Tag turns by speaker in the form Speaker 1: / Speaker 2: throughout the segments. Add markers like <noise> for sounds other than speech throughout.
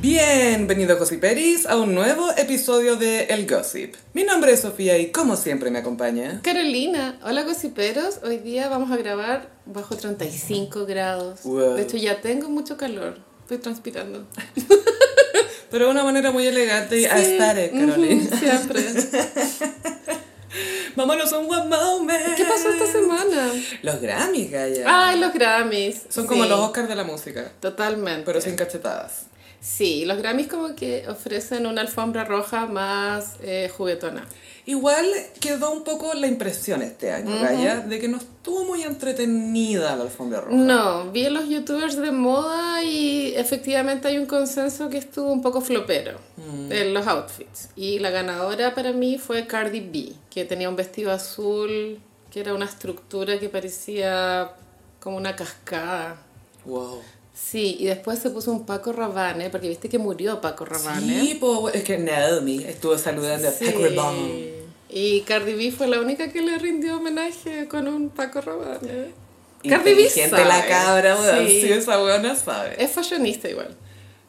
Speaker 1: Bienvenido Gossiperis a un nuevo episodio de El Gossip. Mi nombre es Sofía y como siempre me acompaña.
Speaker 2: Carolina, hola gossiperos, hoy día vamos a grabar bajo 35 grados.
Speaker 1: Wow.
Speaker 2: De hecho ya tengo mucho calor, estoy transpirando. <laughs>
Speaker 1: Pero de una manera muy elegante eh, y aesthetic, Carolina.
Speaker 2: Ujú, Siempre.
Speaker 1: <laughs> Vámonos a un one moment.
Speaker 2: ¿Qué pasó esta semana?
Speaker 1: Los Grammys, Gaya.
Speaker 2: Ay, los Grammys.
Speaker 1: Son
Speaker 2: Sí,
Speaker 1: como los Oscars de la música,
Speaker 2: Totalmente.
Speaker 1: pero sin cachetadas.
Speaker 2: Sí, los Grammys como que ofrecen una alfombra roja más eh, juguetona.
Speaker 1: Igual quedó un poco la impresión este año, Gaya, de que no estuvo muy entretenida la alfombra roja.
Speaker 2: No, vi a los youtubers de moda y efectivamente hay un consenso que estuvo un poco flopero
Speaker 1: Mm.
Speaker 2: en los outfits. Y la ganadora para mí fue Cardi B, que tenía un vestido azul, que era una estructura que parecía como una cascada.
Speaker 1: Wow.
Speaker 2: Sí, y después se puso un Paco Rabanne, porque viste que murió Paco Rabanne.
Speaker 1: Sí, po, es que Naomi estuvo saludando
Speaker 2: Sí.
Speaker 1: a Paco Rabanne.
Speaker 2: Y Cardi B fue la única que le rindió homenaje con un Paco Rabanne.
Speaker 1: Inteligente la
Speaker 2: sabe.
Speaker 1: cabra, weón.
Speaker 2: Sí.
Speaker 1: ¿eh? Sí, esa weona sabe.
Speaker 2: Es fashionista igual.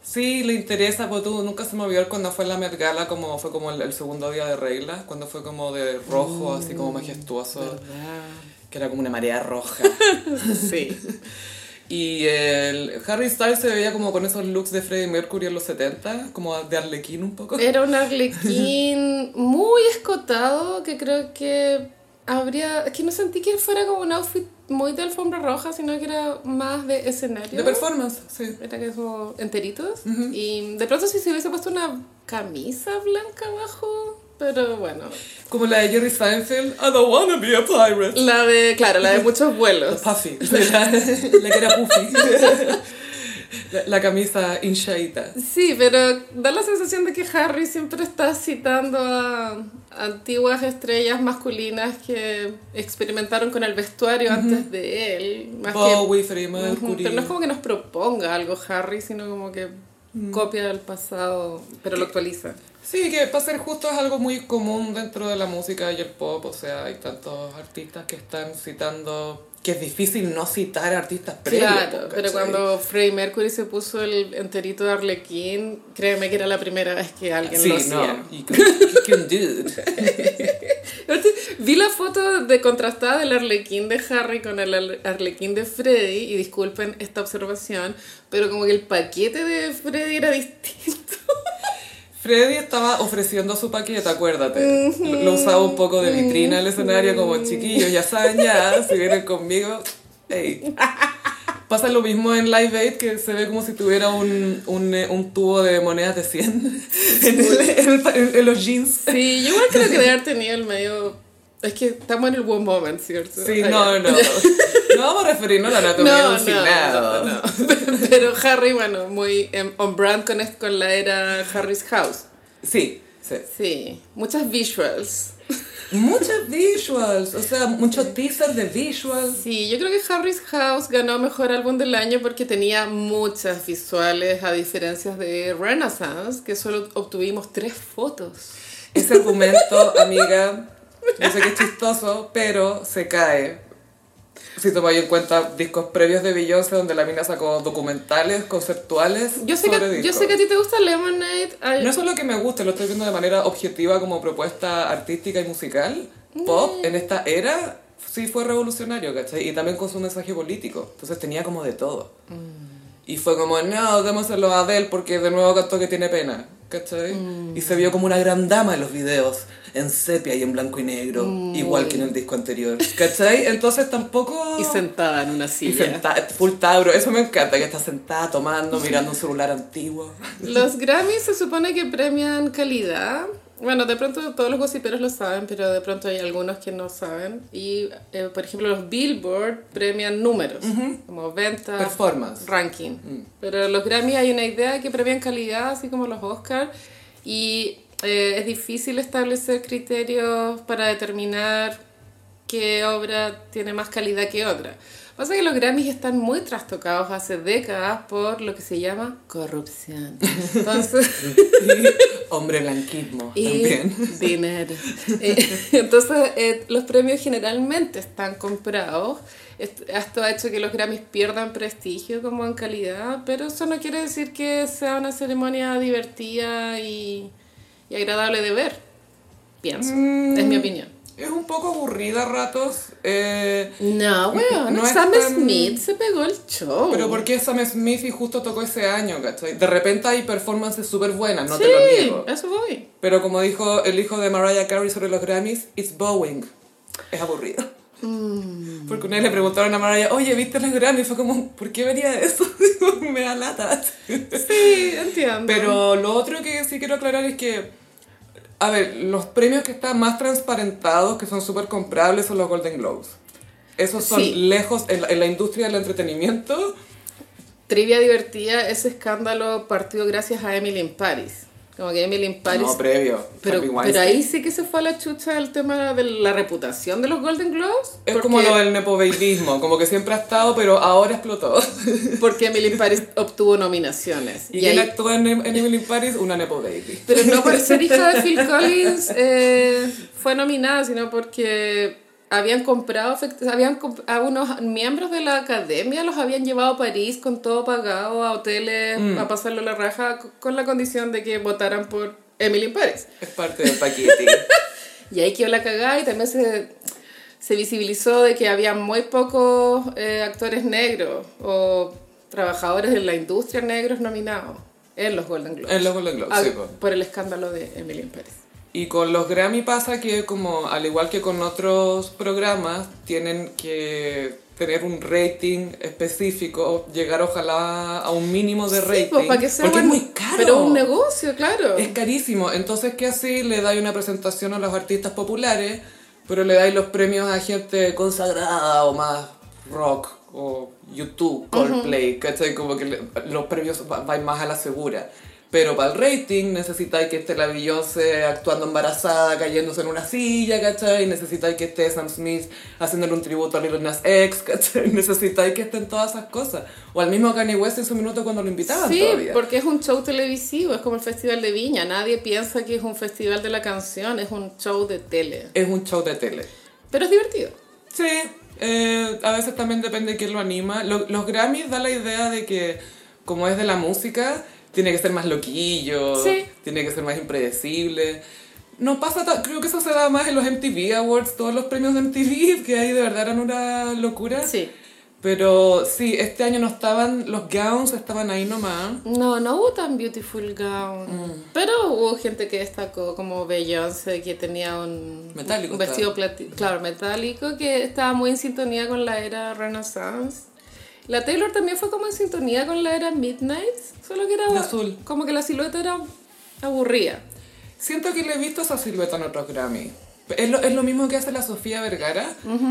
Speaker 1: Sí, le interesa, porque tú nunca se me olvidó cuando fue en la Met Gala, como fue como el, el segundo día de reglas, cuando fue como de rojo, así como majestuoso, que era como una marea roja. <laughs>
Speaker 2: Sí.
Speaker 1: y el Harry Styles se veía como con esos looks de Freddie Mercury en los 70, como de arlequín un poco.
Speaker 2: Era un arlequín muy escotado que creo que habría... Es que no sentí que fuera como un outfit muy de alfombra roja, sino que era más de escenario.
Speaker 1: De performance, sí.
Speaker 2: Era que como enteritos. Y de pronto si se hubiese puesto una camisa blanca abajo, pero bueno.
Speaker 1: Como la de Jerry Seinfeld, I don't wanna be a pirate.
Speaker 2: La de, claro, la de muchos
Speaker 1: <laughs>
Speaker 2: vuelos.
Speaker 1: Puffy, la, la que era Puffy. <laughs> la, la camisa hinchadita.
Speaker 2: Sí, pero da la sensación de que Harry siempre está citando a antiguas estrellas masculinas que experimentaron con el vestuario antes de él. Más que-
Speaker 1: Bowie, Freddie
Speaker 2: Ujú,
Speaker 1: Mercury.
Speaker 2: Pero no es como que nos proponga algo Harry, sino como que
Speaker 1: Mm.
Speaker 2: copia el pasado, pero lo actualiza.
Speaker 1: Sí, que para ser justo es algo muy común dentro de la música y el pop, o sea, hay tantos artistas que están citando que es difícil no citar artistas previos.
Speaker 2: claro,
Speaker 1: po, ¿cachai?
Speaker 2: pero cuando Freddie Mercury se puso el enterito de Arlequín, créeme que era la primera vez que alguien
Speaker 1: Sí,
Speaker 2: lo hacía.
Speaker 1: no, y que- que un dude.
Speaker 2: Aparte, Este, Vi la foto de contrastada del arlequín de Harry con el ar- arlequín de Freddy, y disculpen esta observación, pero como que el paquete de Freddy era distinto.
Speaker 1: Freddy estaba ofreciendo su paquete, acuérdate. Lo- Lo usaba un poco de vitrina el escenario, como chiquillos, ya saben ya, si vienen conmigo,
Speaker 2: <laughs>
Speaker 1: hey. Pasa lo mismo en Live Aid, que se ve como si tuviera un, un, eh, un tubo de monedas de 100 en, el- en el pa- en- en los jeans.
Speaker 2: Sí, yo igual creo que debe haber tenido el medio... Es que estamos en el one moment, ¿cierto?
Speaker 1: Sí,
Speaker 2: Ah,
Speaker 1: no,
Speaker 2: ya.
Speaker 1: no. No vamos a referirnos a la anatomía de
Speaker 2: No,
Speaker 1: un
Speaker 2: no,
Speaker 1: signado.
Speaker 2: no, no. <laughs> Pero Harry, bueno, muy em, on brand con, es- con la era Harry's House.
Speaker 1: Sí, sí.
Speaker 2: Sí, muchas visuals.
Speaker 1: Muchos visuals, o sea, muchos teasers de visuals.
Speaker 2: Sí, yo creo que Harry's House ganó mejor álbum del año porque tenía muchas visuales, a diferencia de Renaissance, que solo obtuvimos tres fotos.
Speaker 1: Ese argumento, amiga, yo sé que es chistoso, pero se cae. Si tomáis en cuenta discos previos de Beyoncé, donde la mina sacó documentales, conceptuales.
Speaker 2: Yo sé,
Speaker 1: sobre
Speaker 2: que, yo
Speaker 1: discos.
Speaker 2: sé que a ti te gusta Lemonade. ay,
Speaker 1: No es solo que me guste, lo estoy viendo de manera objetiva como propuesta artística y musical. Pop en esta era sí fue revolucionario, ¿cachai? Y también con su mensaje político. Entonces tenía como de todo. Y fue como, no, démoselo a Adele porque de nuevo cantó que tiene pena, ¿cachai? Y se vio como una gran dama en los videos, en sepia y en blanco y negro, igual que en el disco anterior, ¿cachai? Entonces tampoco...
Speaker 2: Y sentada en una
Speaker 1: Y
Speaker 2: silla.
Speaker 1: senta- full Tauro, eso me encanta, que está sentada tomando, mirando un celular antiguo.
Speaker 2: Los Grammys se supone que premian calidad. Bueno, de pronto todos los gossiperos lo saben, pero de pronto hay algunos que no saben. Y, eh, por ejemplo, los Billboard premian números, como ventas,
Speaker 1: Performance.
Speaker 2: ranking. Pero los Grammy hay una idea que premian calidad, así como los Oscars, y eh, es difícil establecer criterios para determinar qué obra tiene más calidad que otra. Pasa que los Grammys están muy trastocados hace décadas por lo que se llama corrupción. Entonces,
Speaker 1: Hombre blanquismo
Speaker 2: y
Speaker 1: también. <laughs>
Speaker 2: dinero. <laughs> Eh, Entonces, eh, los premios generalmente están comprados. Est- Esto ha hecho que los Grammys pierdan prestigio como en calidad, pero eso no quiere decir que sea una ceremonia divertida y, y agradable de ver. Pienso.
Speaker 1: Mm.
Speaker 2: Es mi opinión.
Speaker 1: Es un poco aburrida a ratos, eh,
Speaker 2: No, weón.
Speaker 1: No es
Speaker 2: Sam
Speaker 1: tan-
Speaker 2: Smith se pegó el show.
Speaker 1: pero porque Sam Smith y justo tocó ese año, ¿cachai? De repente hay performances súper buenas, no
Speaker 2: sí,
Speaker 1: te lo niego.
Speaker 2: eso voy.
Speaker 1: Pero como dijo el hijo de Mariah Carey sobre los Grammys, it's boring. Es aburrido.
Speaker 2: Mm.
Speaker 1: Porque una vez le preguntaron a Mariah, oye, ¿viste los Grammys? Fue como, ¿por qué venía eso? <laughs> Me da lata.
Speaker 2: Sí, entiendo.
Speaker 1: Pero lo otro que sí quiero aclarar es que, a ver, los premios que están más transparentados, que son súper comprables, son los Golden Globes. Esos son
Speaker 2: Sí.
Speaker 1: lejos en la, en la industria del entretenimiento.
Speaker 2: Trivia divertida, ese escándalo partió gracias a Emily in Paris. Como que Emily in Paris...
Speaker 1: No, previo.
Speaker 2: pero,
Speaker 1: Harvey
Speaker 2: pero
Speaker 1: Weinstein.
Speaker 2: ahí sí que se fue a la chucha el tema de la reputación de los Golden Globes.
Speaker 1: Es como
Speaker 2: porque-
Speaker 1: lo del nepoveidismo, como que siempre ha estado, pero ahora
Speaker 2: <laughs>
Speaker 1: explotó.
Speaker 2: Porque Emily
Speaker 1: <laughs>
Speaker 2: in Paris obtuvo nominaciones.
Speaker 1: ¿Y,
Speaker 2: Y
Speaker 1: quién
Speaker 2: ahí-
Speaker 1: actúa en, Em- en Emily in Paris? Una nepo baby.
Speaker 2: pero no por ser hija
Speaker 1: <laughs>
Speaker 2: de Phil Collins eh, fue nominada, sino porque habían comprado, efect- habían comp- a unos miembros de la academia los habían llevado a París con todo pagado a hoteles
Speaker 1: Mm.
Speaker 2: a pasarlo la raja co- con la condición de que votaran por Emily in Paris.
Speaker 1: Es parte del
Speaker 2: <laughs>
Speaker 1: paquete.
Speaker 2: Y ahí quedó la cagada y también se, se visibilizó de que había muy pocos eh, actores negros o trabajadores de la industria negros nominados en los Golden Globes.
Speaker 1: en los Golden Globes,
Speaker 2: Ah,
Speaker 1: sí, po.
Speaker 2: por el escándalo de Emily in Paris.
Speaker 1: Y con los Grammy pasa que, como al igual que con otros programas, tienen que tener un rating específico, o llegar ojalá a un mínimo de rating.
Speaker 2: Sí, pues, para que sea
Speaker 1: porque
Speaker 2: buen-
Speaker 1: es muy caro.
Speaker 2: Pero un negocio, claro.
Speaker 1: Es carísimo. Entonces, ¿qué así? Le dais una presentación a los artistas populares, pero le dais los premios a gente consagrada o más rock o YouTube, Coldplay, ¿cachai? Como que le- los premios va- van más a la segura. Pero para el rating necesitáis que esté la Beyoncé actuando embarazada, cayéndose en una silla, ¿cachai? Necesitáis que esté Sam Smith haciéndole un tributo a Lil Nas X, ¿cachai? <laughs> Necesitáis que estén todas esas cosas. O al mismo Kanye West en su minuto cuando lo invitaban
Speaker 2: Sí,
Speaker 1: todavía.
Speaker 2: porque es un show televisivo, es como el Festival de Viña. Nadie piensa que es un festival de la canción, es un show de tele.
Speaker 1: Es un show de tele.
Speaker 2: Pero es divertido.
Speaker 1: Sí, eh, a veces también depende de quién lo anima. Lo- los Grammys da la idea de que, como es de la música, tiene que ser más loquillo,
Speaker 2: Sí.
Speaker 1: tiene que ser más impredecible. No pasa, ta- creo que eso se da más en los MTV Awards, todos los premios de MTV, <laughs> que ahí de verdad eran una locura.
Speaker 2: Sí.
Speaker 1: Pero sí, este año no estaban, los gowns estaban ahí nomás.
Speaker 2: No, no hubo tan beautiful gown.
Speaker 1: Mm.
Speaker 2: Pero hubo gente que destacó, como Beyoncé, que tenía un,
Speaker 1: Metálico
Speaker 2: un vestido plati- claro, metálico, que estaba muy en sintonía con la era Renaissance. La Taylor también fue como en sintonía con la era Midnight, solo que era
Speaker 1: De azul.
Speaker 2: como que la silueta era aburrida.
Speaker 1: Siento que le he visto esa silueta en otros Grammys. Es lo, es lo mismo que hace la Sofía Vergara,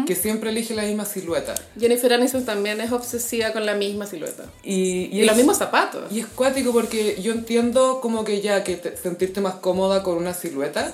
Speaker 1: que siempre elige la misma silueta.
Speaker 2: Jennifer Aniston también es obsesiva con la misma silueta.
Speaker 1: Y,
Speaker 2: Y,
Speaker 1: es-
Speaker 2: los mismos zapatos.
Speaker 1: Y es cuático porque yo entiendo como que ya que te- sentirte más cómoda con una silueta,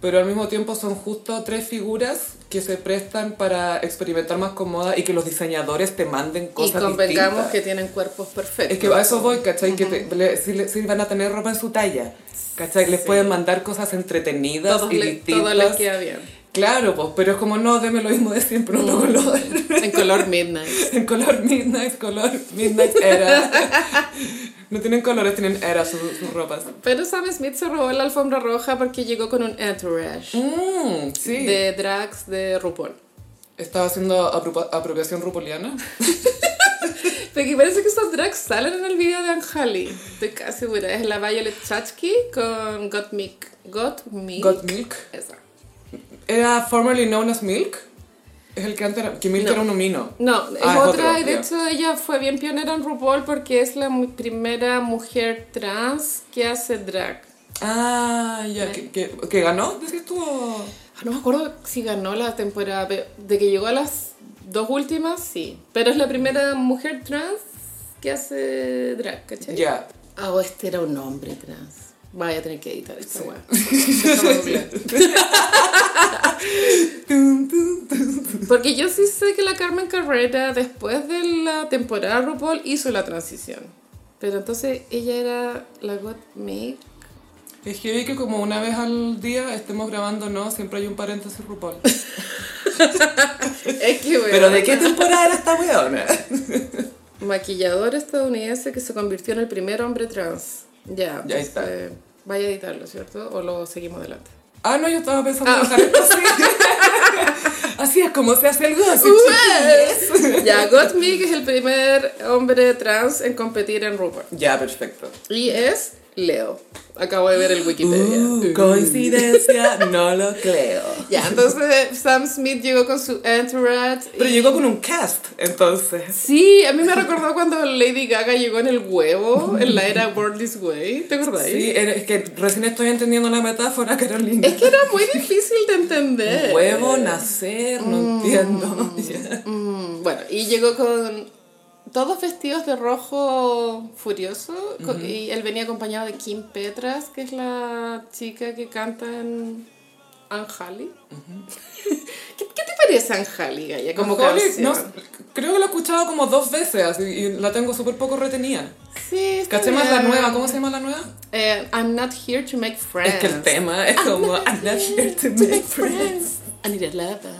Speaker 1: pero al mismo tiempo son justo tres figuras que se prestan para experimentar más cómoda y que los diseñadores te manden
Speaker 2: Y
Speaker 1: cosas
Speaker 2: convengamos
Speaker 1: distintas.
Speaker 2: que tienen cuerpos perfectos.
Speaker 1: Es que a eso voy, ¿cachai? Que te- le- si, le- si van a tener ropa en su talla, ¿cachai? Les pueden mandar cosas entretenidas
Speaker 2: Todos
Speaker 1: y
Speaker 2: le-
Speaker 1: distintas.
Speaker 2: todo les queda bien.
Speaker 1: Claro, pues, pero es como, no, deme lo mismo de siempre, otro
Speaker 2: Mm.
Speaker 1: color. <laughs>
Speaker 2: En color Midnight.
Speaker 1: En color midnight, color midnight era.
Speaker 2: <laughs>
Speaker 1: No tienen colores, tienen era su- sus ropas.
Speaker 2: Pero Sam Smith se robó la alfombra roja porque llegó con un entourage
Speaker 1: Mmm, sí.
Speaker 2: de drags de RuPaul.
Speaker 1: Estaba haciendo apro- apropiación rupoliana.
Speaker 2: Pero que parece que esos drags salen en el video de Anjali. Estoy casi segura. Es la Violet Chachki con Got Milk. Got Milk.
Speaker 1: Got Milk.
Speaker 2: Esa.
Speaker 1: Era formerly known as Milk. Es el que antes era. Que Milk
Speaker 2: No.
Speaker 1: era un homino.
Speaker 2: No, es
Speaker 1: Ah, es
Speaker 2: otra
Speaker 1: otro,
Speaker 2: y de
Speaker 1: ya.
Speaker 2: hecho ella fue bien pionera en RuPaul porque es la mu- primera mujer trans que hace drag.
Speaker 1: Ah, ya. ¿Que, que, que ganó? ¿Decís tú? o-
Speaker 2: Ah, No me acuerdo si ganó la temporada, pero de que llegó a las dos últimas, sí. Pero es la primera mujer trans que hace drag, oh,
Speaker 1: Ya.
Speaker 2: ¿cachai? Ah, o este era un hombre trans. Vaya a tener que editar esta weá. <laughs>
Speaker 1: Tum, tum, tum.
Speaker 2: Porque yo sí sé que la Carmen Carrera, después de la temporada RuPaul, hizo la transición. Pero entonces ella era la God
Speaker 1: <laughs>
Speaker 2: Make.
Speaker 1: Es que vi que como una vez al día estemos grabando, no, siempre hay un paréntesis <laughs> RuPaul.
Speaker 2: Es que, weón,
Speaker 1: ¿Pero de qué temporada era esta weona?
Speaker 2: Maquillador estadounidense que se convirtió en el primer hombre trans. Ya,
Speaker 1: Ya
Speaker 2: pues,
Speaker 1: está.
Speaker 2: eh, vaya a editarlo, ¿cierto? O lo seguimos adelante.
Speaker 1: Ah, no, yo estaba pensando en dejar esto así. <laughs> Así es como se hace el gossip.
Speaker 2: <laughs> ya, Gottmik es el primer hombre trans en competir en RuPaul.
Speaker 1: Ya, perfecto.
Speaker 2: Y es Leo. Acabo de ver el Wikipedia.
Speaker 1: Uh, <laughs> coincidencia, no lo creo.
Speaker 2: Ya, entonces eh, Sam Smith llegó con su entourage.
Speaker 1: Pero
Speaker 2: y-
Speaker 1: llegó con un cast, entonces.
Speaker 2: Sí, a mí me recordó cuando Lady Gaga llegó en el huevo, en la era Born This Way. ¿Te acordáis?
Speaker 1: Sí, era- es que recién estoy entendiendo la metáfora, <laughs> Carolina.
Speaker 2: Es que era muy difícil de entender.
Speaker 1: Huevo, nacer, no entiendo. <laughs> Ya.
Speaker 2: Mm, bueno, y llegó con todos vestidos de rojo furioso. co- Y él venía acompañado de Kim Petras, que es la chica que canta en Anjali. <laughs> ¿Qué, qué te parece Anjali, Gaya? Como
Speaker 1: Holly,
Speaker 2: canción.
Speaker 1: no sé, creo que la he escuchado como dos veces así, y la tengo súper poco retenida.
Speaker 2: Sí, está
Speaker 1: ¿Caché más la
Speaker 2: bien.
Speaker 1: nueva? ¿Cómo se llama la nueva?
Speaker 2: Eh, I'm not here to make friends.
Speaker 1: Es que el tema es como I'm not here to <laughs> make friends.
Speaker 2: I need a lover.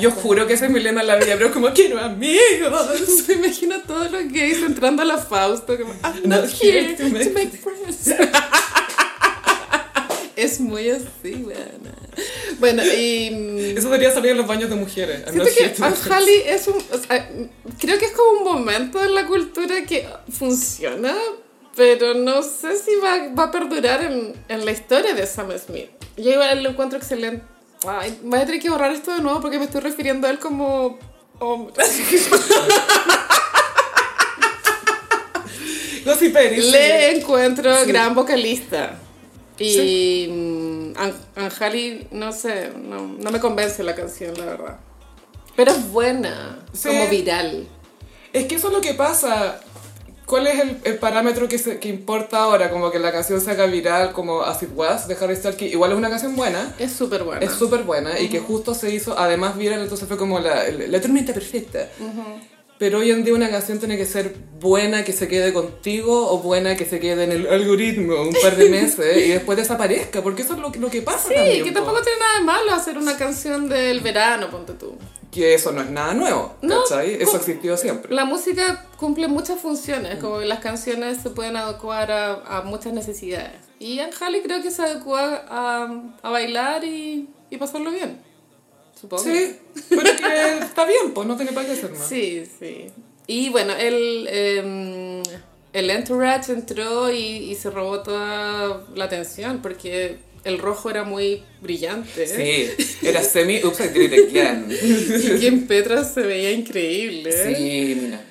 Speaker 1: Yo juro que ese es mi lema en la vida, pero es como quiero amigos.
Speaker 2: Me imagino a todos los gays entrando a la Fausto como "Ah, I'm not, here, to make, friends. <laughs> es muy así, weona. Bueno, y mm,
Speaker 1: Eso debería salir en los baños de mujeres. I'm not here to
Speaker 2: siento que
Speaker 1: make <laughs> friends.
Speaker 2: Anjali es un o sea, creo que es como un momento en la cultura que funciona, pero no sé si va, va a perdurar en, en la historia de Sam Smith. Yo igual lo encuentro excelente. Ay, voy a tener que borrar esto de nuevo porque me estoy refiriendo a él como hombre. <laughs>
Speaker 1: Gossiperis, sí.
Speaker 2: Le encuentro gran vocalista. Y
Speaker 1: Sí.
Speaker 2: mm, An- Anjali, no sé, no, no me convence la canción, la verdad. Pero es buena,
Speaker 1: Sí.
Speaker 2: como viral.
Speaker 1: Es que eso es lo que pasa. ¿Cuál es el, el parámetro que, se- que importa ahora? Como que la canción se haga viral, como As It Was de Harry Styles, que igual es una canción buena,
Speaker 2: Es súper buena.
Speaker 1: es súper buena, y que justo se hizo además viral, entonces fue como la, el- la tormenta perfecta. Pero hoy en día una canción tiene que ser buena que se quede contigo o buena que se quede en el algoritmo un par de meses y después desaparezca, porque eso es lo, que- lo que pasa.
Speaker 2: sí,
Speaker 1: también,
Speaker 2: que
Speaker 1: po.
Speaker 2: tampoco tiene nada de malo hacer una canción del verano, ponte tú.
Speaker 1: Que eso no es nada nuevo,
Speaker 2: No,
Speaker 1: ¿cachai? eso
Speaker 2: co-
Speaker 1: existió siempre.
Speaker 2: La música cumple muchas funciones, como las canciones se pueden adecuar a, a muchas necesidades. Y Anjali creo que se adecua a, a bailar y, y pasarlo bien, supongo.
Speaker 1: Sí, pero que está bien, pues no tiene para qué ser más.
Speaker 2: Sí, sí. Y bueno, el, eh, el entourage entró y, y se robó toda la atención porque el rojo era muy brillante.
Speaker 1: Sí, era semi upside down again.
Speaker 2: Y en Petra se veía increíble.
Speaker 1: Sí, mira.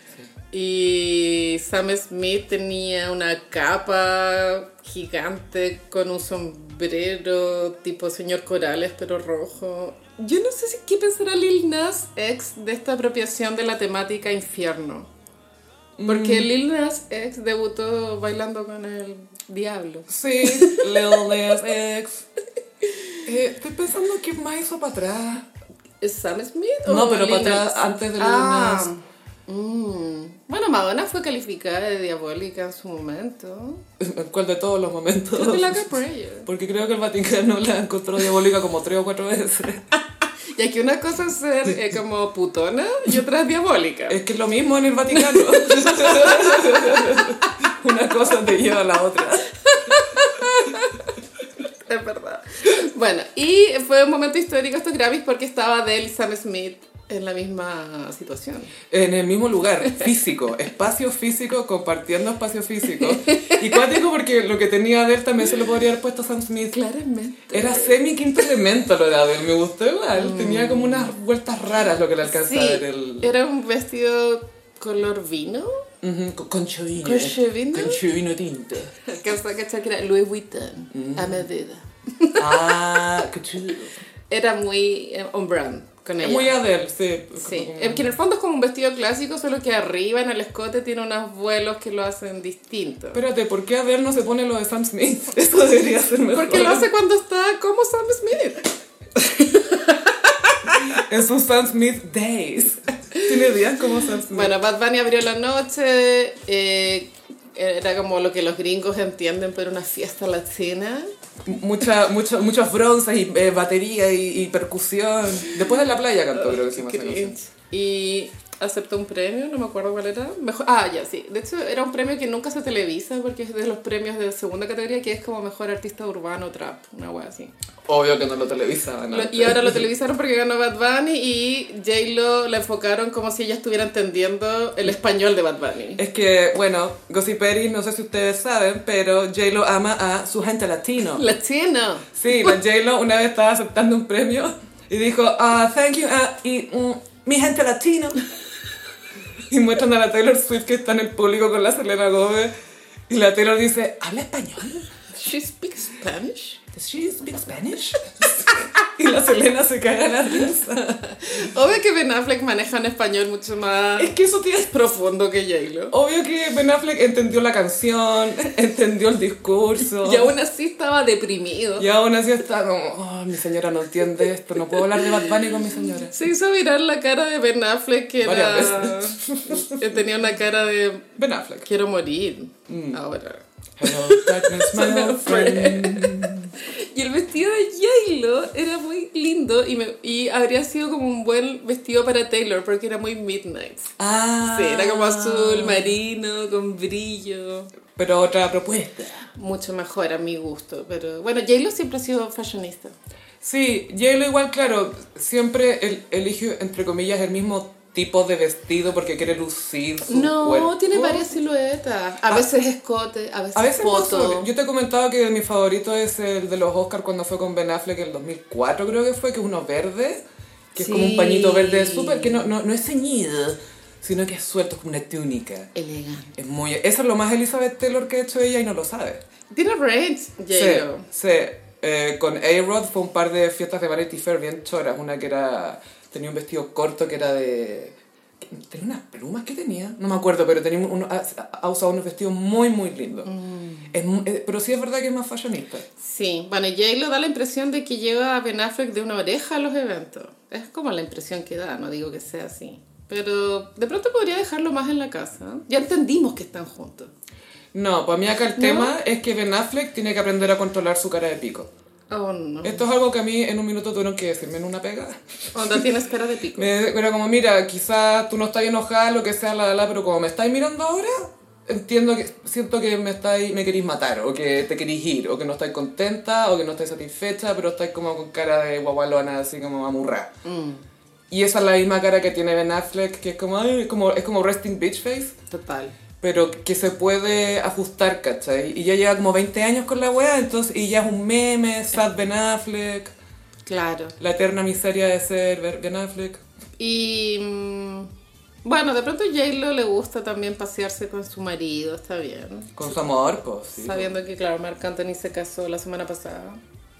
Speaker 2: Y Sam Smith tenía una capa gigante con un sombrero tipo señor Corales, pero rojo. Yo no sé si qué pensará Lil Nas X de esta apropiación de la temática infierno.
Speaker 1: Mm.
Speaker 2: Porque Lil Nas X debutó bailando con el diablo.
Speaker 1: Sí, Lil Nas X. Eh, estoy pensando qué más hizo para atrás.
Speaker 2: ¿Es Sam Smith o
Speaker 1: No, pero
Speaker 2: Lil
Speaker 1: para atrás,
Speaker 2: Nas?
Speaker 1: antes de Lil
Speaker 2: Ah,
Speaker 1: Nas.
Speaker 2: mm. Bueno, Madonna fue calificada de diabólica en su momento.
Speaker 1: ¿Cuál de todos los momentos?
Speaker 2: Creo que la Prayer.
Speaker 1: Porque creo que el Vaticano la encontró diabólica como tres o cuatro veces.
Speaker 2: Y aquí una cosa es ser eh, como putona y otra es diabólica.
Speaker 1: Es que es lo mismo en el Vaticano. <laughs> Una cosa te lleva a la otra.
Speaker 2: Es verdad. Bueno, y fue un momento histórico estos Grammys porque estaba Adele y Sam Smith en la misma situación.
Speaker 1: En el mismo lugar, físico, espacio físico, compartiendo espacio físico. Y cuático porque lo que tenía Adele también se lo podría haber puesto Sam Smith.
Speaker 2: Claramente.
Speaker 1: Era semi quinto elemento lo de Adele, me gustó igual. Tenía como unas vueltas raras lo que le
Speaker 2: Mm. Sí,
Speaker 1: alcanzaba en el.
Speaker 2: era un vestido color vino.
Speaker 1: Ujú, con- con chevino.
Speaker 2: ¿Con chevino?
Speaker 1: Con chevino
Speaker 2: <laughs>
Speaker 1: tinto.
Speaker 2: Alcanzó a cachar que era Louis Vuitton a medida.
Speaker 1: Ah, qué chulo.
Speaker 2: Era muy eh, on brand con
Speaker 1: Es
Speaker 2: ella.
Speaker 1: muy Adele, sí.
Speaker 2: Sí,
Speaker 1: Como-
Speaker 2: es que en el fondo es como un vestido clásico, solo que arriba en el escote tiene unos vuelos que lo hacen distinto.
Speaker 1: Espérate, ¿por qué Adele no se pone lo de Sam Smith? <laughs> Eso debería ser mejor.
Speaker 2: Porque lo hace cuando está como Sam Smith.
Speaker 1: En sus Sam Smith Days. Tiene días como Sam Smith.
Speaker 2: Bueno, Bad Bunny abrió la noche, eh, era como lo que los gringos entienden por una fiesta latina.
Speaker 1: Mucha, mucho, muchas bronzas y eh, batería y, y percusión. Después de la playa cantó, creo que sí, más o menos.
Speaker 2: Cringe. Y aceptó un premio, no me acuerdo cuál era. Mejor, ah, ya, sí. De hecho, era un premio que nunca se televisa porque es de los premios de segunda categoría que es como mejor artista urbano trap, una wea así.
Speaker 1: Obvio que no lo televisaban.
Speaker 2: Lo-
Speaker 1: antes.
Speaker 2: y ahora lo televisaron porque ganó Bad Bunny y J-Lo la enfocaron como si ella estuviera entendiendo el español de Bad Bunny.
Speaker 1: Es que, bueno, Gossip Perry, no sé si ustedes saben, pero J-Lo ama a su gente latino.
Speaker 2: <laughs> Latino.
Speaker 1: Sí, la J-Lo una vez estaba aceptando un premio y dijo, ah, thank you, ah, y mm, mi gente latino. Y muestran a la Taylor Swift que está en el público con la Selena Gomez y la Taylor dice, ¿habla español?
Speaker 2: She speaks Spanish.
Speaker 1: ¿Does she speak Spanish? <laughs> Y la Selena se cae en la risa.
Speaker 2: Obvio que Ben Affleck maneja un español mucho más
Speaker 1: Es que eso tiene...
Speaker 2: profundo que J-Lo.
Speaker 1: Obvio que Ben Affleck entendió la canción, <laughs> entendió el discurso.
Speaker 2: Y aún así estaba deprimido.
Speaker 1: Y aún así está como, oh, mi señora no entiende esto, no puedo hablar de Bad Bunny con mi señora.
Speaker 2: Se hizo mirar la cara de Ben Affleck que era...
Speaker 1: Varias
Speaker 2: que tenía una cara de
Speaker 1: Ben Affleck.
Speaker 2: quiero morir
Speaker 1: Mm.
Speaker 2: ahora.
Speaker 1: Hello, darkness, my old friend.
Speaker 2: Y el vestido de J-Lo era muy lindo y, me- y habría sido como un buen vestido para Taylor porque era muy midnight.
Speaker 1: Ah.
Speaker 2: Ah. Sí, era como azul marino con brillo.
Speaker 1: Pero otra propuesta.
Speaker 2: Mucho mejor a mi gusto, pero bueno, J-Lo siempre ha sido fashionista.
Speaker 1: Sí, J-Lo igual, claro, siempre el, elige, entre comillas, el mismo tipo de vestido porque quiere lucir su
Speaker 2: no,
Speaker 1: cuerpo. Ah.
Speaker 2: tiene varias siluetas. A veces escote, a veces,
Speaker 1: A veces no
Speaker 2: poto.
Speaker 1: solo. Yo te he comentado que mi favorito es el de los Oscars cuando fue con Ben Affleck en el 2004, creo que fue, que es uno verde, que es como
Speaker 2: Sí.
Speaker 1: un pañito verde súper, que no, no, no es ceñido, sino que es suelto, es como una túnica.
Speaker 2: Elegante.
Speaker 1: Es muy, eso es lo más Elizabeth Taylor que ha hecho ella y no lo sabe.
Speaker 2: Tiene range, J-Lo.
Speaker 1: Sí, sí. Eh, con A-Rod fue un par de fiestas de Vanity Fair bien choras. Una que era. tenía un vestido corto que era de. tenía unas plumas que tenía. No me acuerdo, pero tenía un- ha, ha usado unos vestidos muy, muy lindos. Es mu- eh, pero sí es verdad que es más fashionista.
Speaker 2: Sí, bueno, J-Lo da la impresión de que lleva a Ben Affleck de una oreja a los eventos. Es como la impresión que da, no digo que sea así. Pero de pronto podría dejarlo más en la casa. Ya entendimos que están juntos.
Speaker 1: No, para mí acá el tema es que Ben Affleck tiene que aprender a controlar su cara de pico.
Speaker 2: Oh, no.
Speaker 1: Esto es algo que a mí en un minuto tuvieron que decirme en una pega.
Speaker 2: Onda, tienes cara de pico.
Speaker 1: Me, era como, mira, quizás tú no estás enojada, lo que sea, la, la, la, pero como me estáis mirando ahora, entiendo que, siento que me estáis, me queréis matar, o que te queréis ir, o que no estáis contenta, o que no estáis satisfecha, pero estáis como con cara de guagualona, así como amurrá. Y esa es la misma cara que tiene Ben Affleck, que es como, ay, es como, es como resting bitch face,
Speaker 2: Total.
Speaker 1: pero que se puede ajustar, ¿cachai? Y ya lleva como 20 años con la wea, entonces, y ya es un meme, sad Ben Affleck,
Speaker 2: Claro.
Speaker 1: la eterna miseria de ser Ben Affleck.
Speaker 2: Y mm, bueno, de pronto J-Lo le gusta también pasearse con su marido, está bien.
Speaker 1: Con su amor, pues. sí, pues.
Speaker 2: Sabiendo que, claro, Marc Anthony se casó la semana pasada.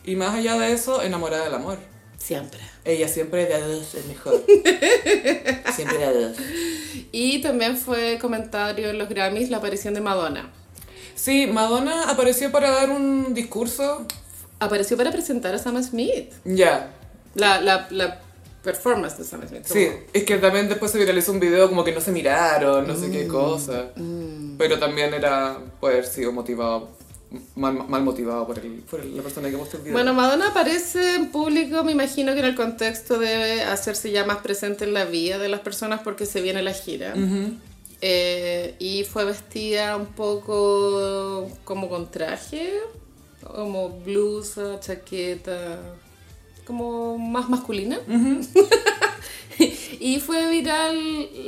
Speaker 1: Y más allá de eso, enamorada del amor.
Speaker 2: Siempre.
Speaker 1: Ella siempre de a dos es
Speaker 2: <laughs>
Speaker 1: mejor. siempre de a dos.
Speaker 2: Y también fue comentario en los Grammys la aparición de Madonna.
Speaker 1: Sí, Madonna apareció para dar un discurso.
Speaker 2: Apareció para presentar a Sam Smith.
Speaker 1: Ya,
Speaker 2: La, la, la performance de Sam Smith.
Speaker 1: sí.
Speaker 2: como-
Speaker 1: Es que también después se viralizó un video como que no se miraron, no sé qué
Speaker 2: Mm,
Speaker 1: cosa. Pero también era puede haber sido motivado, mal, mal motivado por, el, por el- la persona que mostró el video.
Speaker 2: Bueno, Madonna aparece en público, me imagino que en el contexto de hacerse ya más presente en la vida de las personas porque se viene la gira. Eh, y fue vestida un poco como con traje, como blusa, chaqueta, como más masculina. <laughs> Y fue viral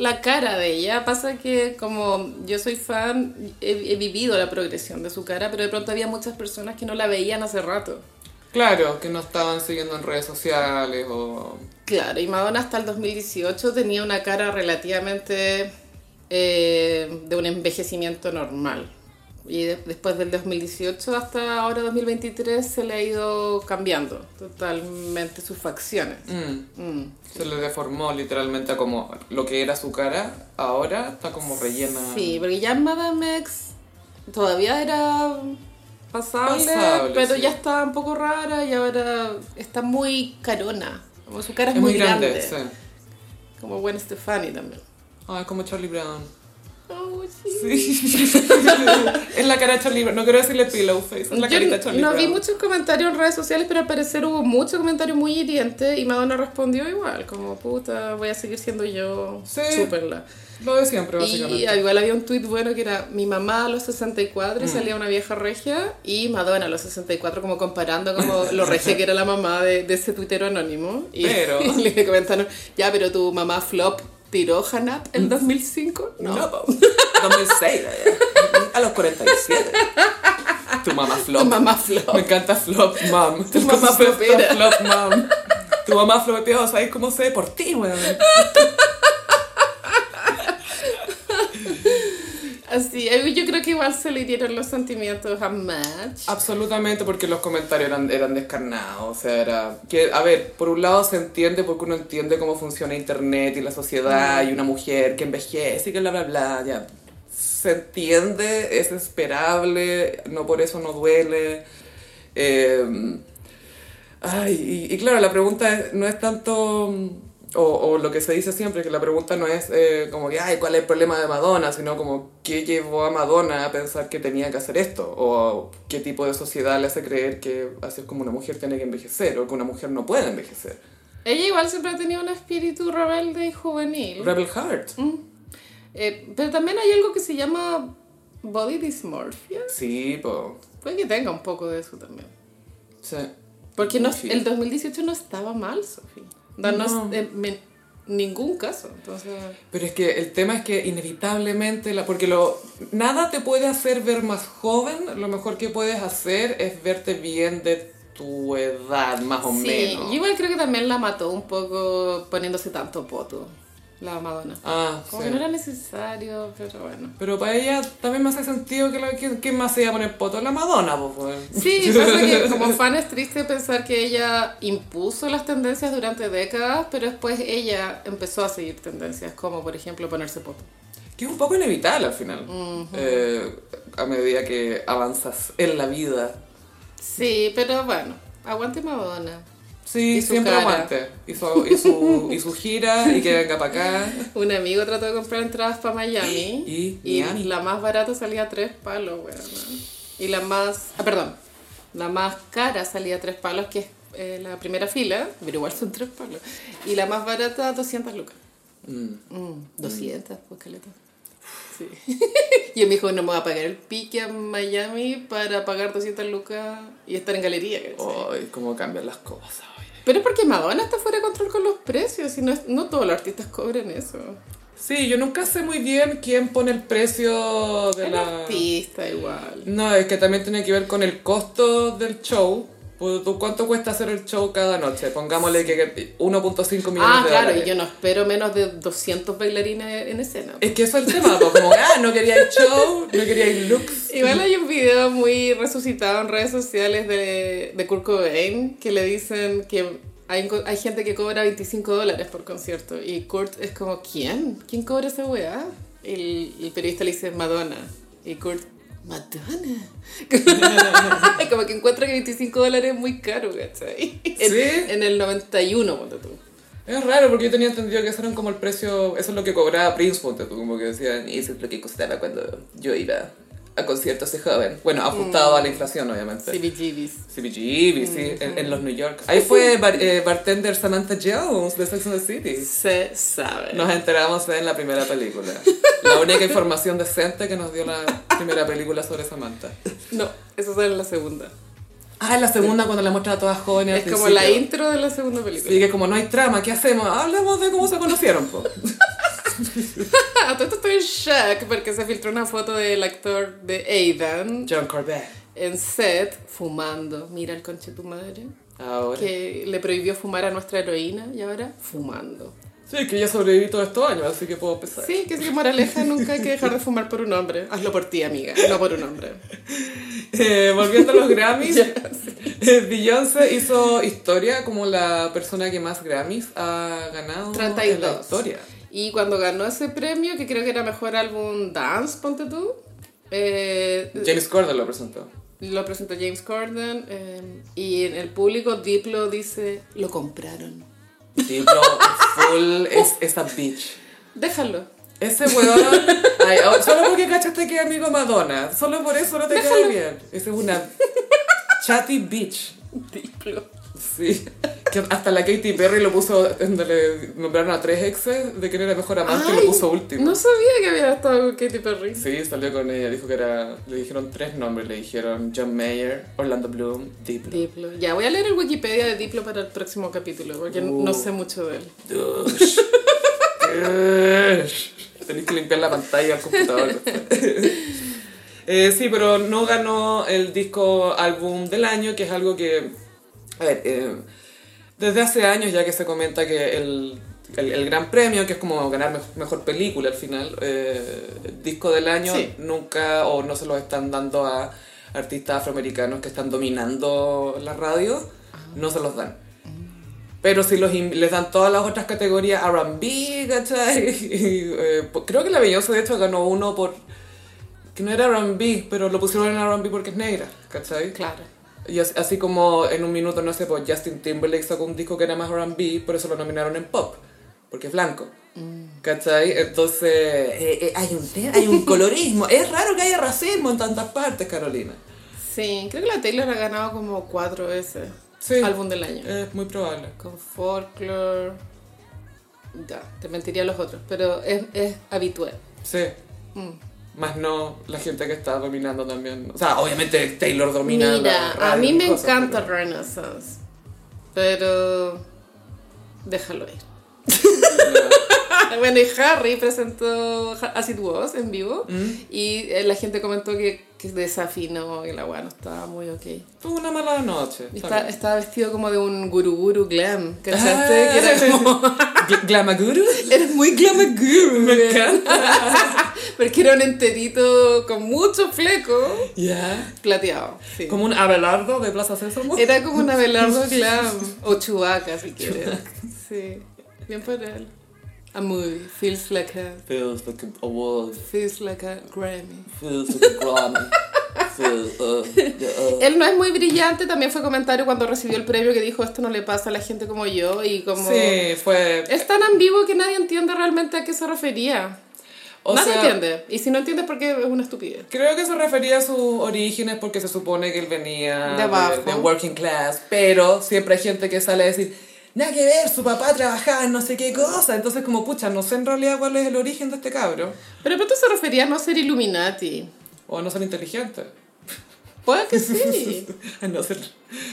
Speaker 2: la cara de ella. Pasa que como yo soy fan, he, he vivido la progresión de su cara, pero de pronto había muchas personas que no la veían hace rato.
Speaker 1: Claro, que no estaban siguiendo en redes sociales o...
Speaker 2: Claro, y Madonna hasta el 2018 tenía una cara relativamente eh, de un envejecimiento normal. Y de- después del 2018 hasta ahora 2023 se le ha ido cambiando totalmente sus facciones.
Speaker 1: Mm.
Speaker 2: Mm.
Speaker 1: Se le deformó literalmente a como lo que era su cara, ahora está como rellena.
Speaker 2: Sí, porque ya en Madamex todavía era pasable,
Speaker 1: Pasable,
Speaker 2: pero
Speaker 1: sí.
Speaker 2: ya está un poco rara y ahora está muy carona. Como su cara
Speaker 1: Es
Speaker 2: es,
Speaker 1: muy grande, sí.
Speaker 2: Como Gwen Stefani también.
Speaker 1: Ah, es como Charlie Brown.
Speaker 2: Oh, sí.
Speaker 1: Sí. <laughs> es la cara de Charlie Brown. No quiero decirle pillow face, es la
Speaker 2: Yo
Speaker 1: carita de Charlie
Speaker 2: no vi
Speaker 1: Brown.
Speaker 2: muchos comentarios en redes sociales, pero al parecer hubo muchos comentarios muy hirientes y Madonna respondió igual, como puta, voy a seguir siendo yo,
Speaker 1: Sí.
Speaker 2: súperla.
Speaker 1: Lo de siempre,
Speaker 2: Y
Speaker 1: básicamente. Mm.
Speaker 2: igual había un tuit bueno que era mi mamá a los 64 y salía una vieja regia y Madonna a los 64 como comparando como lo regia que era la mamá de, de ese tuitero anónimo. Y,
Speaker 1: Pero-
Speaker 2: y <laughs> le comentaron, ya, pero tu mamá flop tiró Hanap
Speaker 1: Mm.
Speaker 2: en 2005. No.
Speaker 1: <laughs> po. 2006, ya. a los 47. Tu mamá flop.
Speaker 2: Tu mamá flop.
Speaker 1: Me encanta flop, mom. <laughs>
Speaker 2: Tu mamá
Speaker 1: Concepto
Speaker 2: flopera.
Speaker 1: Flop, mom. Tu mamá flopeó, ¿sabes cómo sé? Por ti, weón.
Speaker 2: Así, eh, yo creo que igual se le hirieron los sentimientos a Match.
Speaker 1: Absolutamente, porque los comentarios eran, eran descarnados. O sea, era. Que, a ver, por un lado se entiende porque uno entiende cómo funciona Internet y la sociedad y una mujer que envejece y que bla, bla, bla. Ya. Se entiende, es esperable, no por eso no duele. Eh, ay, y, y claro, la pregunta es- no es tanto. mm, O, o lo que se dice siempre, que la pregunta no es eh, como que, ay, ¿cuál es el problema de Madonna? Sino como, ¿qué llevó a Madonna a pensar que tenía que hacer esto? O qué tipo de sociedad le hace creer que así es como una mujer tiene que envejecer o que una mujer no puede envejecer.
Speaker 2: Ella igual siempre ha tenido un espíritu rebelde y juvenil.
Speaker 1: Rebel Heart.
Speaker 2: Mm. Eh, pero también hay algo que se llama body dysmorphia.
Speaker 1: Sí, po.
Speaker 2: Puede que tenga un poco de eso también.
Speaker 1: Sí.
Speaker 2: Porque no,
Speaker 1: Sí.
Speaker 2: el 2018 no estaba mal, Sofía. No, no es- en men- ningún caso. Entonces,
Speaker 1: Pero es que el tema es que inevitablemente, la, porque lo, nada te puede hacer ver más joven, lo mejor que puedes hacer es verte bien de tu edad, más o
Speaker 2: sí,
Speaker 1: menos.
Speaker 2: yo igual creo que también la mató un poco poniéndose tanto poto, la Madonna.
Speaker 1: Ah,
Speaker 2: Como
Speaker 1: sí.
Speaker 2: que no era necesario, pero bueno.
Speaker 1: Pero para ella también me hace sentido que, la, que, que más se iba a poner poto la Madonna, pues. weón. <laughs>
Speaker 2: Sí, pasa que como fan es triste pensar que ella impuso las tendencias durante décadas, pero después ella empezó a seguir tendencias, como por ejemplo ponerse poto.
Speaker 1: Que es un poco inevitable al final. Eh, a medida que avanzas en la vida.
Speaker 2: Sí, pero bueno, aguante Madonna.
Speaker 1: Sí,
Speaker 2: Y su
Speaker 1: siempre
Speaker 2: cara.
Speaker 1: aguante. Y su, y, su, y su gira, y que venga para
Speaker 2: <laughs>
Speaker 1: acá.
Speaker 2: Un amigo trató de comprar entradas para Miami
Speaker 1: Y Miami.
Speaker 2: la más barata salía a tres palos, weón. Y la más, ah, perdón, la más cara salía a tres palos, que es eh, la primera fila, pero igual son tres palos. Y la más barata, 200 lucas.
Speaker 1: Mm.
Speaker 2: Mm, 200, pues caleta. Sí. <laughs> y él me dijo, no me voy a pagar el pique a Miami para pagar 200 lucas y estar en galería. ¿cachai?
Speaker 1: Ay, cómo cambian las cosas. oye.
Speaker 2: Pero es porque Madonna está fuera de control con los precios y no, es- no todos los artistas cobran eso.
Speaker 1: Sí, yo nunca sé muy bien quién pone el precio de
Speaker 2: El
Speaker 1: la...
Speaker 2: artista igual.
Speaker 1: No, es que también tiene que ver con el costo del show. Pues, ¿tú ¿Cuánto cuesta hacer el show cada noche? Pongámosle que- que 1.5 millones
Speaker 2: Ah,
Speaker 1: de
Speaker 2: claro,
Speaker 1: dólares.
Speaker 2: y yo no espero menos de 200 bailarines en escena.
Speaker 1: Es que eso es el tema, pues,
Speaker 2: <laughs>
Speaker 1: como, ah, no quería el show, no quería el looks.
Speaker 2: Igual hay un video muy resucitado en redes sociales de, de Kurt Cobain que le dicen que hay, co- hay gente que cobra 25 dólares por concierto y Kurt es como, ¿quién? ¿Quién cobra esa weá? El, el periodista le dice Madonna y Kurt, ¿Madonna? <laughs> como que encuentra que 25 dólares es muy caro, ¿cachai? En,
Speaker 1: Sí.
Speaker 2: en el 91, ponte tú.
Speaker 1: Es raro porque yo tenía entendido que eso era como el precio, eso es lo que cobraba Prince, ponte tú, como que decían, y eso es lo que costaba cuando yo iba a conciertos de joven.
Speaker 2: Mm.
Speaker 1: Bueno, ajustado a la inflación, obviamente.
Speaker 2: CBGBs.
Speaker 1: CBGB, sí,
Speaker 2: Mm,
Speaker 1: en, en los New York. Ahí fue bar- eh, bartender Samantha Jones de Sex and the City.
Speaker 2: Se sabe.
Speaker 1: Nos enteramos en la primera
Speaker 2: <laughs>
Speaker 1: película. La única información decente que nos dio la primera película sobre Samantha.
Speaker 2: No, eso sale en la segunda.
Speaker 1: Ah, la segunda cuando la muestra a todas jóvenes.
Speaker 2: Es como la intro de la segunda película.
Speaker 1: Y que como no hay trama, ¿qué hacemos? Hablamos de cómo se conocieron, po.
Speaker 2: <laughs> A todo esto estoy en shock porque se filtró una foto del actor de Aidan
Speaker 1: John Corbett.
Speaker 2: en set fumando. Mira el conche tu madre.
Speaker 1: Ahora.
Speaker 2: Que le prohibió fumar a nuestra heroína y ahora fumando.
Speaker 1: Sí, que ya sobreviví todos estos años, así que puedo empezar.
Speaker 2: Sí, que es que moraleja, nunca hay que dejar de fumar por un hombre. Hazlo por ti, amiga, no por un hombre.
Speaker 1: Eh, volviendo a los
Speaker 2: <laughs>
Speaker 1: Grammys, eh, Beyoncé hizo historia como la persona que más Grammys ha ganado en Oh, la
Speaker 2: 32.
Speaker 1: historia.
Speaker 2: Y cuando ganó ese premio, que creo que era mejor álbum dance, ponte tú, eh,
Speaker 1: James Corden lo presentó.
Speaker 2: lo presentó James Corden eh, y en el público Diplo dice, lo compraron.
Speaker 1: Diplo full
Speaker 2: <laughs>
Speaker 1: es esa bitch.
Speaker 2: Déjalo.
Speaker 1: Ese weón, ay, oh, solo porque cachaste que es amigo Madonna, solo por eso no te cae
Speaker 2: Déjalo.
Speaker 1: bien. Esa es una chatty bitch.
Speaker 2: Diplo.
Speaker 1: Sí. Que hasta la Katy Perry lo puso, le nombraron a tres exes de quién era mejor amante y lo puso último.
Speaker 2: No sabía que había estado con Katy Perry.
Speaker 1: Sí, salió con ella, dijo que era, le dijeron tres nombres, le dijeron John Mayer, Orlando Bloom, Diplo.
Speaker 2: Diplo. Ya, voy a leer el Wikipedia de Diplo para el próximo capítulo, porque
Speaker 1: Uh.
Speaker 2: no sé mucho de él.
Speaker 1: Dush. Dush. Tenéis que limpiar la pantalla del computador. <laughs> Eh, sí, pero no ganó el disco álbum del año, que es algo que. A ver, eh, desde hace años ya que se comenta que el, el- el gran premio, que es como ganar mej- mejor película al final, eh, el disco del año,
Speaker 2: Sí.
Speaker 1: nunca o no se los están dando a artistas afroamericanos que están dominando la radio, no se los dan. Pero si los in- les dan todas las otras categorías, RB, ¿cachai? <laughs> Y, eh, po- creo que la Beyoncé de hecho ganó uno por. que no era RB, pero lo pusieron en RB porque es negra, ¿cachai?
Speaker 2: Claro.
Speaker 1: Y as- así como en un minuto, no sé, pues Justin Timberlake sacó un disco que era más RB, por eso lo nominaron en pop, porque es blanco. ¿Cachai? Entonces, Mm. eh, eh, hay, un, te- hay un colorismo. es raro que haya racismo en tantas partes, Carolina.
Speaker 2: Sí, creo que la Taylor ha ganado como cuatro veces.
Speaker 1: Sí.
Speaker 2: Álbum del año.
Speaker 1: Es muy probable.
Speaker 2: Con folklore. Ya, te mentiría los otros, pero es, es habitual.
Speaker 1: Sí.
Speaker 2: Mm.
Speaker 1: Más no la gente que está dominando también. O sea, obviamente Taylor domina. la
Speaker 2: Mira,
Speaker 1: radio
Speaker 2: a mí
Speaker 1: y
Speaker 2: me
Speaker 1: cosas,
Speaker 2: encanta
Speaker 1: pero-
Speaker 2: Renaissance, pero déjalo ir. <laughs> bueno, y Harry presentó Ha- As It Was en vivo y eh, la gente comentó que, que desafinó, que la weá no estaba muy ok.
Speaker 1: Tuvo una mala noche.
Speaker 2: Y
Speaker 1: también.
Speaker 2: está- estaba vestido como de un guru guru glam, ¿cachaste?
Speaker 1: Ah,
Speaker 2: Que era como-
Speaker 1: Gl- <laughs> Glamaguru.
Speaker 2: Ah. <laughs> Eres muy glamaguru.
Speaker 1: Me
Speaker 2: güey.
Speaker 1: encanta.
Speaker 2: <laughs> Porque era un enterito con mucho fleco
Speaker 1: Ya.
Speaker 2: plateado. sí.
Speaker 1: Como un abelardo de Plaza Sésamo.
Speaker 2: Era
Speaker 1: <laughs>
Speaker 2: como una Abelardo glam. O Chewbacca, si quieres. Sí. Bien por él. A movie. Feels like a...
Speaker 1: Feels like a wolf.
Speaker 2: Feels like a Grammy.
Speaker 1: Feels like a <laughs> Grammy. Feels, uh, yeah, uh.
Speaker 2: Él no es muy brillante, también fue comentario cuando recibió el premio que dijo esto no le pasa a la gente como yo y como...
Speaker 1: Sí, fue.
Speaker 2: Es tan ambiguo que nadie entiende realmente a qué se refería.
Speaker 1: O
Speaker 2: nadie
Speaker 1: sea,
Speaker 2: entiende. Y si no entiendes, porque es una estupidez.
Speaker 1: Creo que se refería a sus orígenes porque se supone que él venía
Speaker 2: De abajo.
Speaker 1: de working class, pero siempre hay gente que sale a decir, nada que ver, su papá trabajaba en no sé qué cosa, entonces como pucha, no sé en realidad cuál es el origen de este cabro,
Speaker 2: Pero de pronto se refería a no ser Illuminati.
Speaker 1: o a no ser inteligente,
Speaker 2: Puede
Speaker 1: <laughs>
Speaker 2: que sí.
Speaker 1: a no ser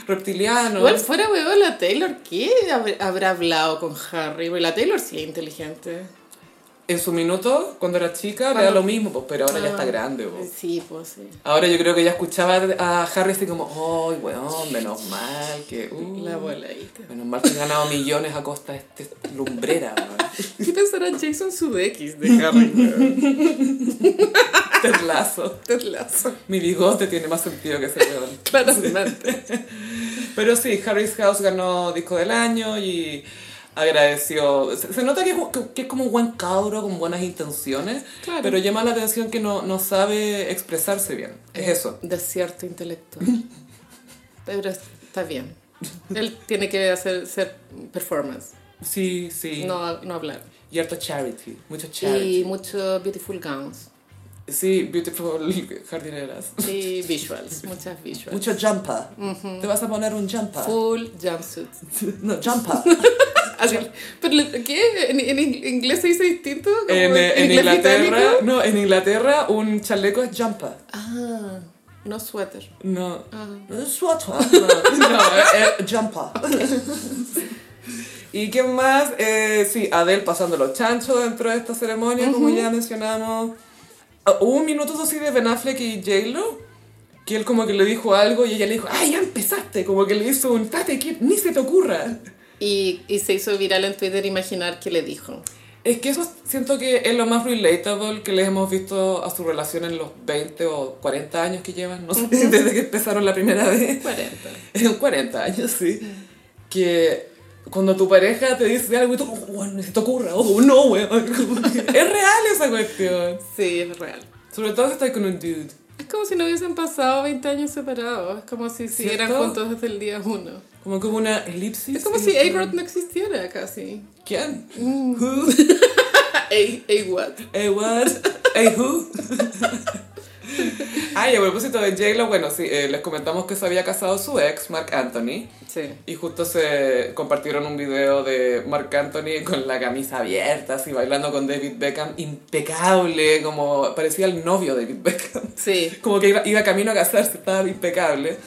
Speaker 1: reptiliano.
Speaker 2: Igual fuera huevón la Taylor, ¿qué hab- habrá hablado con Harry? Porque La Taylor sí es inteligente.
Speaker 1: En su minuto, cuando era chica,
Speaker 2: Cuando-
Speaker 1: era lo mismo, pues, pero ahora ya
Speaker 2: Ah.
Speaker 1: está grande. pues.
Speaker 2: Sí, pues sí.
Speaker 1: Ahora yo creo que ya escuchaba a Harry así como, ay, weón, menos mal que... uh,
Speaker 2: La abueladita.
Speaker 1: Menos mal que he ganado millones a costa de este lumbrera,
Speaker 2: <laughs>
Speaker 1: weón.
Speaker 2: ¿Qué pensará Jason Sudeikis de Harry? weón?
Speaker 1: <laughs> Ted Lasso.
Speaker 2: Ted Lasso.
Speaker 1: Este Mi bigote tiene más sentido que ese weón.
Speaker 2: Claramente.
Speaker 1: Pero sí, Harry's House ganó disco del año y agradeció. Se, se nota que, es un- que- que es como un buen cabro con buenas intenciones,
Speaker 2: <laughs> Claro.
Speaker 1: pero llama la atención que no, no sabe expresarse bien. Es eso.
Speaker 2: Desierto intelectual. Pero es- está bien. Él tiene que hacer ser performance,
Speaker 1: Sí, sí.
Speaker 2: no, no hablar.
Speaker 1: Y harto charity. Mucho
Speaker 2: Y
Speaker 1: charity.
Speaker 2: muchos beautiful gowns.
Speaker 1: Sí, beautiful <laughs> jardineras.
Speaker 2: Y visuals, muchas visuals.
Speaker 1: Mucho jumper. Te vas a poner un jumper.
Speaker 2: Full jumpsuits.
Speaker 1: <laughs> No, jumper.
Speaker 2: Así, Ah, ¿Pero le- qué? ¿En, en ing- inglés se dice distinto? ¿Como
Speaker 1: en, eh, en
Speaker 2: inglés
Speaker 1: Inglaterra,
Speaker 2: británico?
Speaker 1: no, en Inglaterra un chaleco es jumper.
Speaker 2: Ah, no suéter.
Speaker 1: No.
Speaker 2: Ah.
Speaker 1: Sweater. <laughs> No, <laughs> eh, eh, jumper. <laughs> ¿Y qué más? Eh, sí, Adele pasando los chanchos dentro de esta ceremonia, como ya mencionamos. Ah, Hubo un minuto así de Ben Affleck y J-Lo, que él como que le dijo algo y ella le dijo, ¡ay, ya empezaste! Como que le hizo un tate, que ni se te ocurra.
Speaker 2: Y, y se hizo viral en Twitter imaginar qué le dijo.
Speaker 1: Es que eso siento que es lo más relatable que les hemos visto a su relación en los 20 o 40 años que llevan,
Speaker 2: <laughs>
Speaker 1: no sé, desde que empezaron la primera vez.
Speaker 2: 40.
Speaker 1: En 40 años, sí. Que cuando tu pareja te dice algo y tú, bueno, necesito curra, oh, no, weón. <laughs> es real esa cuestión.
Speaker 2: Sí, es real.
Speaker 1: Sobre todo si estás con un dude.
Speaker 2: Es como si no hubiesen pasado 20 años separados. Es como si siguieran
Speaker 1: ¿Cierto?
Speaker 2: juntos desde el día uno.
Speaker 1: Como como una elipsis.
Speaker 2: Es como si A-Rod no existiera casi. Ah,
Speaker 1: ¿Quién?
Speaker 2: <laughs>
Speaker 1: Mm.
Speaker 2: A-What.
Speaker 1: Hey, what? Hey, who? Ay, a propósito de J-Lo, bueno, sí, eh, les comentamos que se había casado su ex, Mark Anthony,
Speaker 2: Sí.
Speaker 1: y justo se compartieron un video de Mark Anthony con la camisa abierta, así bailando con David Beckham, impecable, como parecía el novio de David Beckham.
Speaker 2: Sí.
Speaker 1: Como que iba, iba camino a casarse, estaba impecable.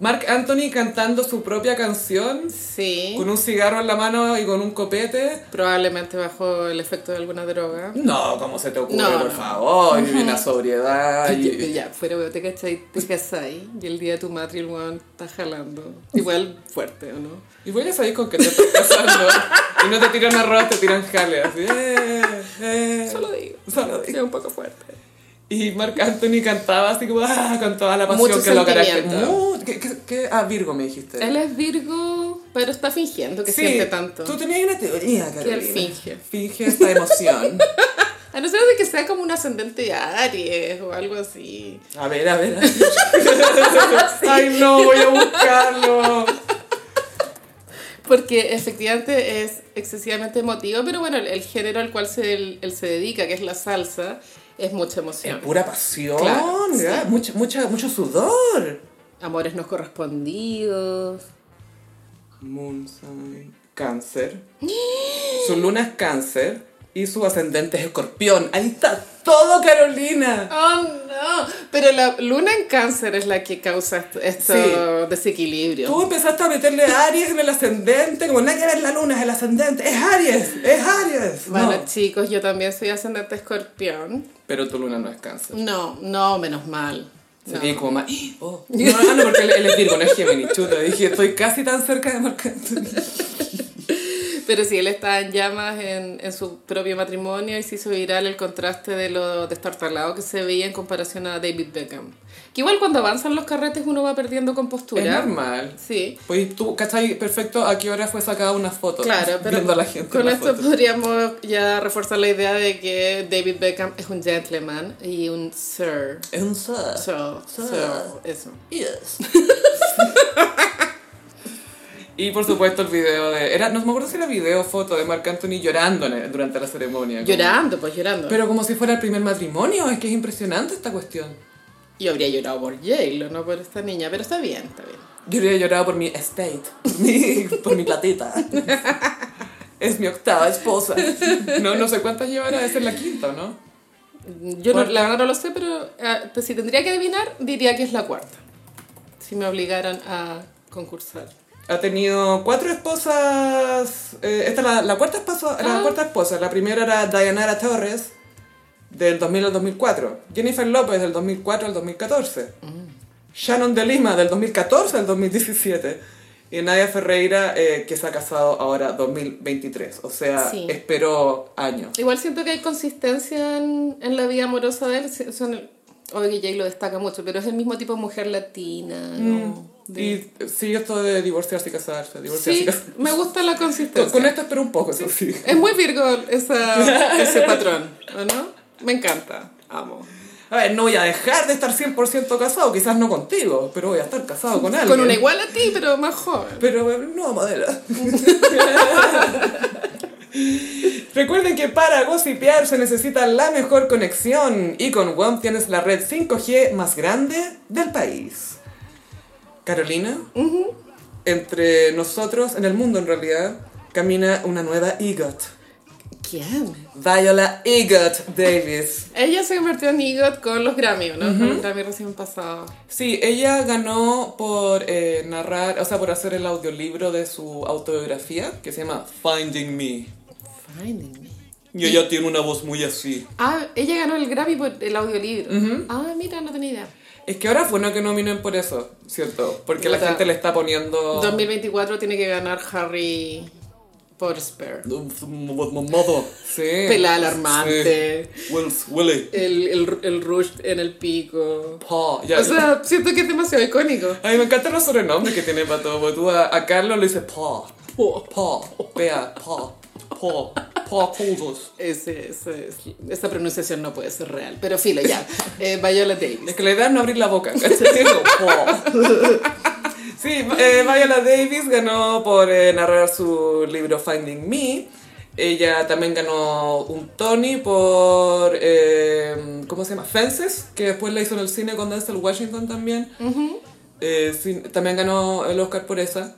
Speaker 1: Mark Anthony cantando su propia canción,
Speaker 2: Sí.
Speaker 1: con un cigarro en la mano y con un copete.
Speaker 2: Probablemente bajo el efecto de alguna droga.
Speaker 1: No, ¿cómo se te ocurre,
Speaker 2: No,
Speaker 1: por
Speaker 2: no.
Speaker 1: favor? Y
Speaker 2: <laughs>
Speaker 1: una sobriedad.
Speaker 2: Y-
Speaker 1: y-
Speaker 2: y- ya, fuera, weón, te cachai,
Speaker 1: pues
Speaker 2: te casáis y el día de tu matri el weón está jalando. Igual fuerte, ¿o no?
Speaker 1: Y voy a salir con que te estás casando. y no te tiran arroz, te tiran jale. Así, eh, eh.
Speaker 2: Solo digo.
Speaker 1: Solo digo. Eh.
Speaker 2: Sí, un poco fuerte.
Speaker 1: Y Marc Anthony cantaba así como, ah, con toda la pasión
Speaker 2: Mucho
Speaker 1: que lo
Speaker 2: sentimiento.
Speaker 1: caracteriza. Mu- ¿Qué, qué, qué? Ah, Virgo me dijiste.
Speaker 2: Él es Virgo, pero está fingiendo que
Speaker 1: Sí,
Speaker 2: siente tanto.
Speaker 1: Tú tenías una teoría, Carolina.
Speaker 2: Que él finge.
Speaker 1: Finge esta
Speaker 2: <laughs>
Speaker 1: emoción.
Speaker 2: A no ser de que sea como un ascendente de Aries o algo así.
Speaker 1: A ver, a ver. a ver. Ay, no, voy a buscarlo.
Speaker 2: Porque efectivamente es excesivamente emotivo, pero bueno, el, el género al cual se, él, él se dedica, que es la salsa, es mucha
Speaker 1: Es
Speaker 2: emoción.
Speaker 1: pura pasión,
Speaker 2: Claro,
Speaker 1: ¿verdad?
Speaker 2: sí.
Speaker 1: Mucha, mucha, mucho sudor.
Speaker 2: Amores no correspondidos.
Speaker 1: Moon sign. Cáncer. su luna es cáncer y su ascendente es escorpión. Ahí está todo, Carolina.
Speaker 2: ¡Oh, no! Pero la luna en cáncer es la que causa est- estos
Speaker 1: Sí. Tú
Speaker 2: desequilibrios.
Speaker 1: empezaste a meterle Aries en el ascendente, como nada que ver la luna, es el ascendente. Es Aries, es Aries.
Speaker 2: Bueno,
Speaker 1: No.
Speaker 2: chicos, yo también soy ascendente escorpión.
Speaker 1: Pero tu luna no es cáncer.
Speaker 2: No, no, menos mal. No.
Speaker 1: Sería como más. ¡Ah! Oh. No, ah, no, porque él, él es Virgo, no es Géminis. Chuta, dije, estoy casi tan cerca de Marc Anthony.
Speaker 2: Pero sí, él está en llamas en, en su propio matrimonio y se hizo viral el contraste de lo destartalado que se veía en comparación a David Beckham. Que igual cuando avanzan los carretes uno va perdiendo
Speaker 1: Es
Speaker 2: compostura.
Speaker 1: normal.
Speaker 2: Sí.
Speaker 1: Pues tú, ¿cachai? Perfecto, ¿a qué hora fue sacada una foto?
Speaker 2: Claro, pero
Speaker 1: Viendo a la gente
Speaker 2: con
Speaker 1: en la
Speaker 2: esto
Speaker 1: foto.
Speaker 2: podríamos ya reforzar la idea de que David Beckham es un gentleman y un sir.
Speaker 1: Es un sad.
Speaker 2: So,
Speaker 1: Sir.
Speaker 2: so, eso.
Speaker 1: <laughs> Y por supuesto el video de... Era, no me acuerdo si era video o foto de Marc Anthony llorando en el- durante la ceremonia. como-
Speaker 2: Llorando, pues llorando.
Speaker 1: Pero como si fuera el primer matrimonio, es que es impresionante esta cuestión.
Speaker 2: Yo habría llorado por J-Lo, no por esta niña, pero está bien, está bien.
Speaker 1: Yo hubiera llorado por mi estate, <laughs> por mi, por mi platita. Es mi octava esposa. No, no sé cuántas llevará, esa es la quinta, ¿no?
Speaker 2: Yo no-
Speaker 1: Cuarta.
Speaker 2: la verdad no lo sé, pero eh, pues, si tendría que adivinar, diría que es la cuarta. Si me obligaran a concursar.
Speaker 1: Ha tenido cuatro esposas. eh, esta es la, la cuarta esposa, la
Speaker 2: Ah.
Speaker 1: cuarta esposa. La primera era Dayanara Torres, del 2000 al 2004. Jennifer López, del 2004 al 2014.
Speaker 2: Mm.
Speaker 1: Shannon de Lima, del 2014 al 2017. Y Nadia Ferreira, eh, que se ha casado ahora 2023. O sea,
Speaker 2: Sí.
Speaker 1: esperó años.
Speaker 2: Igual siento que hay consistencia en, en la vida amorosa de él. si- Son, obvio que Jay lo destaca mucho, pero es el mismo tipo de mujer latina. ¿no? De-
Speaker 1: Y eh, sí, esto de divorciarse y casarse, divorciarse
Speaker 2: sí,
Speaker 1: y casarse.
Speaker 2: me gusta la
Speaker 1: Con,
Speaker 2: consistencia.
Speaker 1: con esto esperó un poco, eso sí.
Speaker 2: Es muy Virgo <laughs> esa- ese patrón, ¿o no? Me encanta, amo.
Speaker 1: A ver, no voy a dejar de estar 100% casado, quizás no contigo, pero voy a estar casado con alguien.
Speaker 2: Con una igual a ti, pero más joven.
Speaker 1: Pero eh, no,
Speaker 2: <laughs>
Speaker 1: madera. Recuerden que para gossipear se necesita la mejor conexión y con WOM tienes la red 5G más grande del país. Carolina, entre nosotros, en el mundo en realidad, camina una nueva EGOT.
Speaker 2: ¿Quién?
Speaker 1: Viola EGOT Davis.
Speaker 2: Ella se convirtió en EGOT con los Grammy, ¿o ¿no? Con los Grammy recién pasados.
Speaker 1: Sí, ella ganó por eh, narrar, o sea, por hacer el audiolibro de su autobiografía que se llama Finding Me.
Speaker 2: Finding me.
Speaker 1: Y ella tiene una voz muy así.
Speaker 2: Ah, ella ganó el Grammy por el audiolibro. Ah, mira, no tenía idea.
Speaker 1: Es que ahora fue no que nominen por eso, ¿cierto? Porque la
Speaker 2: Puta.
Speaker 1: gente le está
Speaker 2: Oh.
Speaker 1: poniendo...
Speaker 2: 2024 tiene que ganar Harry por Spare.
Speaker 1: Modo. Sí.
Speaker 2: Pela alarmante.
Speaker 1: Sí. Wills, Willy.
Speaker 2: El, el, el rush en el pico.
Speaker 1: Pa, ya.
Speaker 2: O sea, siento que es demasiado icónico.
Speaker 1: Ay, me encantan los sobrenombres que tiene para todo. porque Tú a, a Carlos le dices pa,
Speaker 2: Po.
Speaker 1: pa, pea, pa, pa, pa, codos.
Speaker 2: Ese, ese- esa pronunciación no puede ser real. Pero filo,
Speaker 1: <laughs>
Speaker 2: ya. Eh, Viola Davis.
Speaker 1: Es que la idea es no abrir la boca. ¿cachai? Como, pa. <laughs> Sí, eh, Viola Davis ganó por eh, narrar su libro Finding Me. Ella también ganó un Tony por, eh, ¿cómo se llama? Fences, que después la hizo en el cine con Denzel Washington también. Eh, sí, también ganó el Oscar por esa.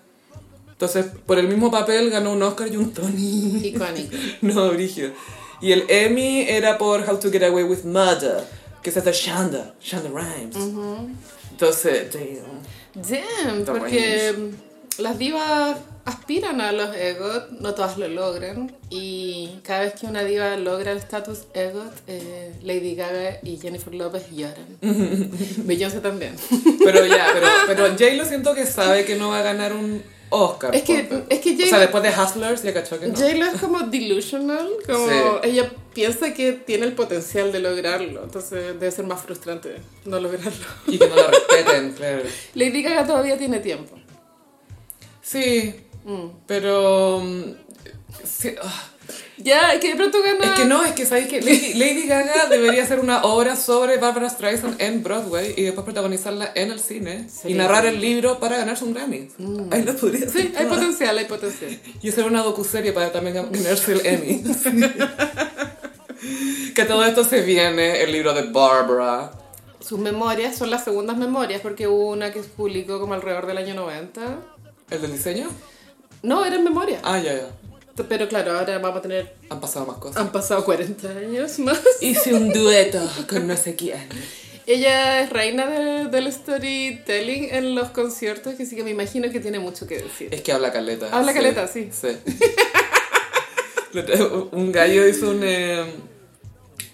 Speaker 1: Entonces, por el mismo papel ganó un Oscar y un Tony.
Speaker 2: Icónico.
Speaker 1: <laughs> No, Brigio. Y el Emmy era por How to Get Away with Murder, que es esta Shonda, Shonda Rhimes. Entonces, damn.
Speaker 2: Damn,
Speaker 1: Está
Speaker 2: porque las divas aspiran a los EGOT, no todas lo logran. Y cada vez que una diva logra el estatus EGOT, eh, Lady Gaga y Jennifer Lopez
Speaker 1: <laughs>
Speaker 2: lloran. Beyoncé también.
Speaker 1: Pero ya, pero, pero Jay lo siento que sabe que no va a ganar un Oscar.
Speaker 2: Es que-
Speaker 1: por-
Speaker 2: es que
Speaker 1: O
Speaker 2: J-Lo-
Speaker 1: sea, después de Hustlers ya cachó que no.
Speaker 2: J-Lo es como delusional, como
Speaker 1: Sí.
Speaker 2: ella piensa que tiene el potencial de lograrlo, entonces debe ser más frustrante no lograrlo.
Speaker 1: Y que no la respeten, claro.
Speaker 2: Lady Gaga todavía tiene tiempo.
Speaker 1: Sí, pero... mm, sí, ah.
Speaker 2: Ya, es que de pronto gana...
Speaker 1: Es que no, es que sabéis que Lady, Lady Gaga debería hacer una obra sobre Barbara Streisand en Broadway y después protagonizarla en el cine y
Speaker 2: Sería
Speaker 1: narrar el libro para ganarse un Grammy. Mm. Ahí lo podría hacer
Speaker 2: Sí, hay
Speaker 1: toda.
Speaker 2: potencial, hay potencial.
Speaker 1: Y hacer una docuserie para también ganarse el <laughs> Emmy. que todo esto se viene el libro de Barbara.
Speaker 2: Sus memorias son las segundas memorias porque hubo una que publicó como alrededor del año 90.
Speaker 1: ¿El del diseño?
Speaker 2: No, eran memorias.
Speaker 1: Ah, ya, ya.
Speaker 2: Pero claro, ahora vamos a tener...
Speaker 1: Han pasado más cosas.
Speaker 2: Han pasado 40 años más.
Speaker 1: Hice un dueto con no sé quién.
Speaker 2: Ella es reina de- del storytelling en los conciertos, que sí que me imagino que tiene mucho que decir.
Speaker 1: Es que habla caleta.
Speaker 2: Habla caleta, sí.
Speaker 1: Sí. <laughs> Lo tra- un gallo hizo un, eh,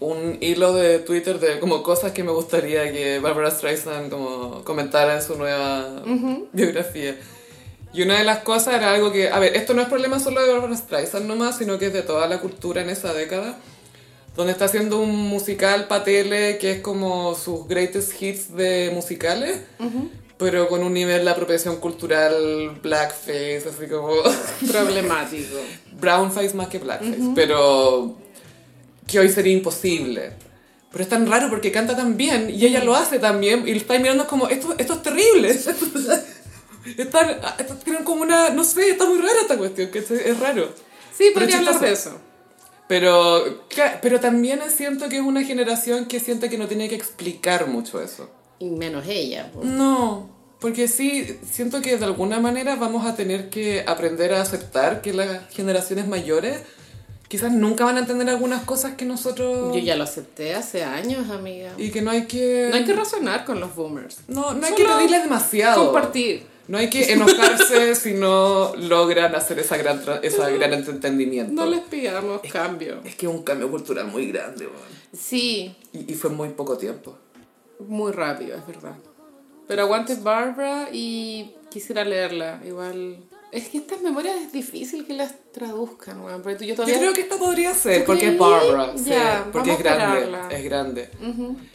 Speaker 1: un hilo de Twitter de como cosas que me gustaría que Barbara Streisand como comentara en su nueva biografía. Y una de las cosas era algo que, a ver, esto no es problema solo de Barbara Streisand nomás, sino que es de toda la cultura en esa década, donde está haciendo un musical pa' tele que es como sus greatest hits de musicales, pero con un nivel de apropiación cultural, blackface, así como <laughs>
Speaker 2: Problemático.
Speaker 1: brownface más que blackface, pero que hoy sería imposible. Pero es tan raro porque canta tan bien y ella lo hace también y lo estáis mirando como, esto, esto es terrible. <laughs> Están, están- tienen como una, no sé, está muy rara esta cuestión, que es, es raro.
Speaker 2: Sí,
Speaker 1: Pero
Speaker 2: podría hablar
Speaker 1: chistoso.
Speaker 2: de eso.
Speaker 1: Pero, cla- pero también siento que es una generación que siente que no tiene que explicar mucho eso.
Speaker 2: Y menos ella. po.
Speaker 1: No, porque sí, siento que de alguna manera vamos a tener que aprender a aceptar que las generaciones mayores quizás nunca van a entender algunas cosas que nosotros...
Speaker 2: Yo ya lo acepté hace años, amiga.
Speaker 1: Y que no hay que...
Speaker 2: No hay que razonar con los boomers.
Speaker 1: no, no hay
Speaker 2: Solo
Speaker 1: que pedirles demasiado.
Speaker 2: Compartir.
Speaker 1: No hay que enojarse <laughs> si no logran hacer esa gran, tra- esa gran entendimiento.
Speaker 2: No les pidamos cambio.
Speaker 1: Es que es un cambio cultural muy grande, weón.
Speaker 2: Sí,
Speaker 1: y, y fue en muy poco tiempo.
Speaker 2: Muy rápido, es verdad. Pero aguante Barbara y quisiera leerla. Igual. Es que estas memorias es difícil que las traduzcan, weón. Porque tú- yo
Speaker 1: Yo
Speaker 2: todavía.
Speaker 1: creo que esta podría ser,
Speaker 2: ¿Tú
Speaker 1: porque es
Speaker 2: creí?
Speaker 1: Barbara, sí,
Speaker 2: Ya,
Speaker 1: porque es
Speaker 2: vamos a
Speaker 1: grande,
Speaker 2: esperarla.
Speaker 1: es grande.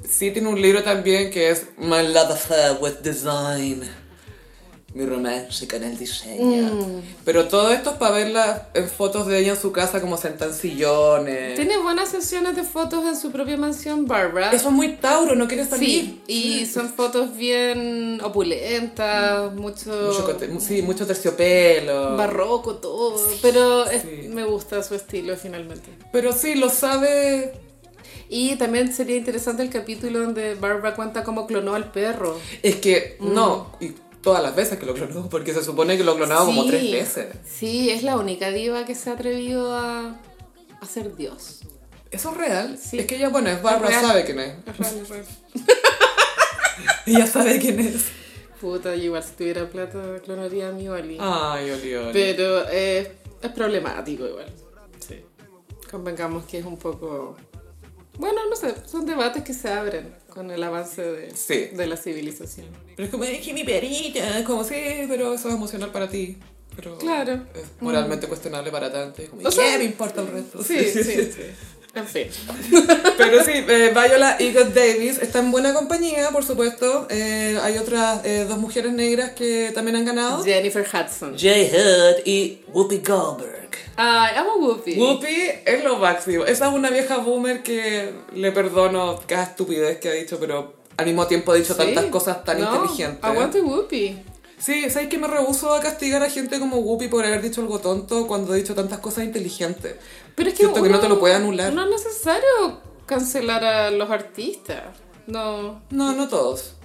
Speaker 1: Sí tiene un libro también que es My Love Affair with Design, mi romance con el diseño.
Speaker 2: Mm.
Speaker 1: Pero todo esto es para verla en fotos de ella en su casa como sentada en sillones.
Speaker 2: Tiene buenas sesiones de fotos en su propia mansión, Barbara.
Speaker 1: Eso es muy Tauro, no quiere salir.
Speaker 2: Sí, y son fotos bien opulentas, mucho,
Speaker 1: Mucho, cote- mu- sí, mucho terciopelo.
Speaker 2: barroco todo, pero es-
Speaker 1: Sí.
Speaker 2: me gusta su estilo finalmente.
Speaker 1: Pero sí, lo sabe.
Speaker 2: Y también sería interesante el capítulo donde Barbara cuenta cómo clonó al perro.
Speaker 1: Es que,
Speaker 2: Mm.
Speaker 1: no, y todas las veces que lo clonó, porque se supone que lo clonaba como
Speaker 2: Sí.
Speaker 1: tres veces.
Speaker 2: Sí, es la única diva que se ha atrevido a, a ser Dios.
Speaker 1: Eso es real.
Speaker 2: Sí.
Speaker 1: Es que ella, bueno, es Barbara,
Speaker 2: real.
Speaker 1: sabe quién
Speaker 2: <laughs>
Speaker 1: es. Ella sabe quién es.
Speaker 2: Puta, yo igual si tuviera plata clonaría
Speaker 1: Ah,
Speaker 2: a mi Oli.
Speaker 1: Ay, Oli, Oli.
Speaker 2: Pero eh, es problemático igual. Sí. Convengamos que es un poco... Bueno, no sé, son debates que se abren con el avance de,
Speaker 1: Sí.
Speaker 2: de la civilización.
Speaker 1: Pero es como, es que mi perita, es como, sí, pero eso es emocional para ti. Pero
Speaker 2: Claro. Mm.
Speaker 1: Es moralmente cuestionable para tanto. Es como, ¿y
Speaker 2: O
Speaker 1: ¿Qué
Speaker 2: sea,
Speaker 1: me importa el resto?
Speaker 2: Sí, sí, sí. En fin.
Speaker 1: <laughs> Pero sí, eh, Viola y God Davis está en buena compañía, por supuesto. Eh, hay otras eh, dos mujeres negras que también han ganado.
Speaker 2: Jennifer Hudson.
Speaker 1: Jay Hood y Whoopi Goldberg.
Speaker 2: Ay, amo Whoopi.
Speaker 1: Whoopi es lo máximo. Esa es una vieja boomer que le perdono cada estupidez que ha dicho, pero al mismo tiempo ha dicho
Speaker 2: Sí.
Speaker 1: tantas cosas tan
Speaker 2: No,
Speaker 1: inteligentes.
Speaker 2: Aguante Whoopi.
Speaker 1: Sí, ¿sabes que me rehuso a castigar a gente como Whoopi por haber dicho algo tonto cuando ha dicho tantas cosas inteligentes?
Speaker 2: Pero es que
Speaker 1: Siento que no
Speaker 2: uno-
Speaker 1: te lo puede anular.
Speaker 2: No es necesario cancelar a los artistas. No.
Speaker 1: No, no todos.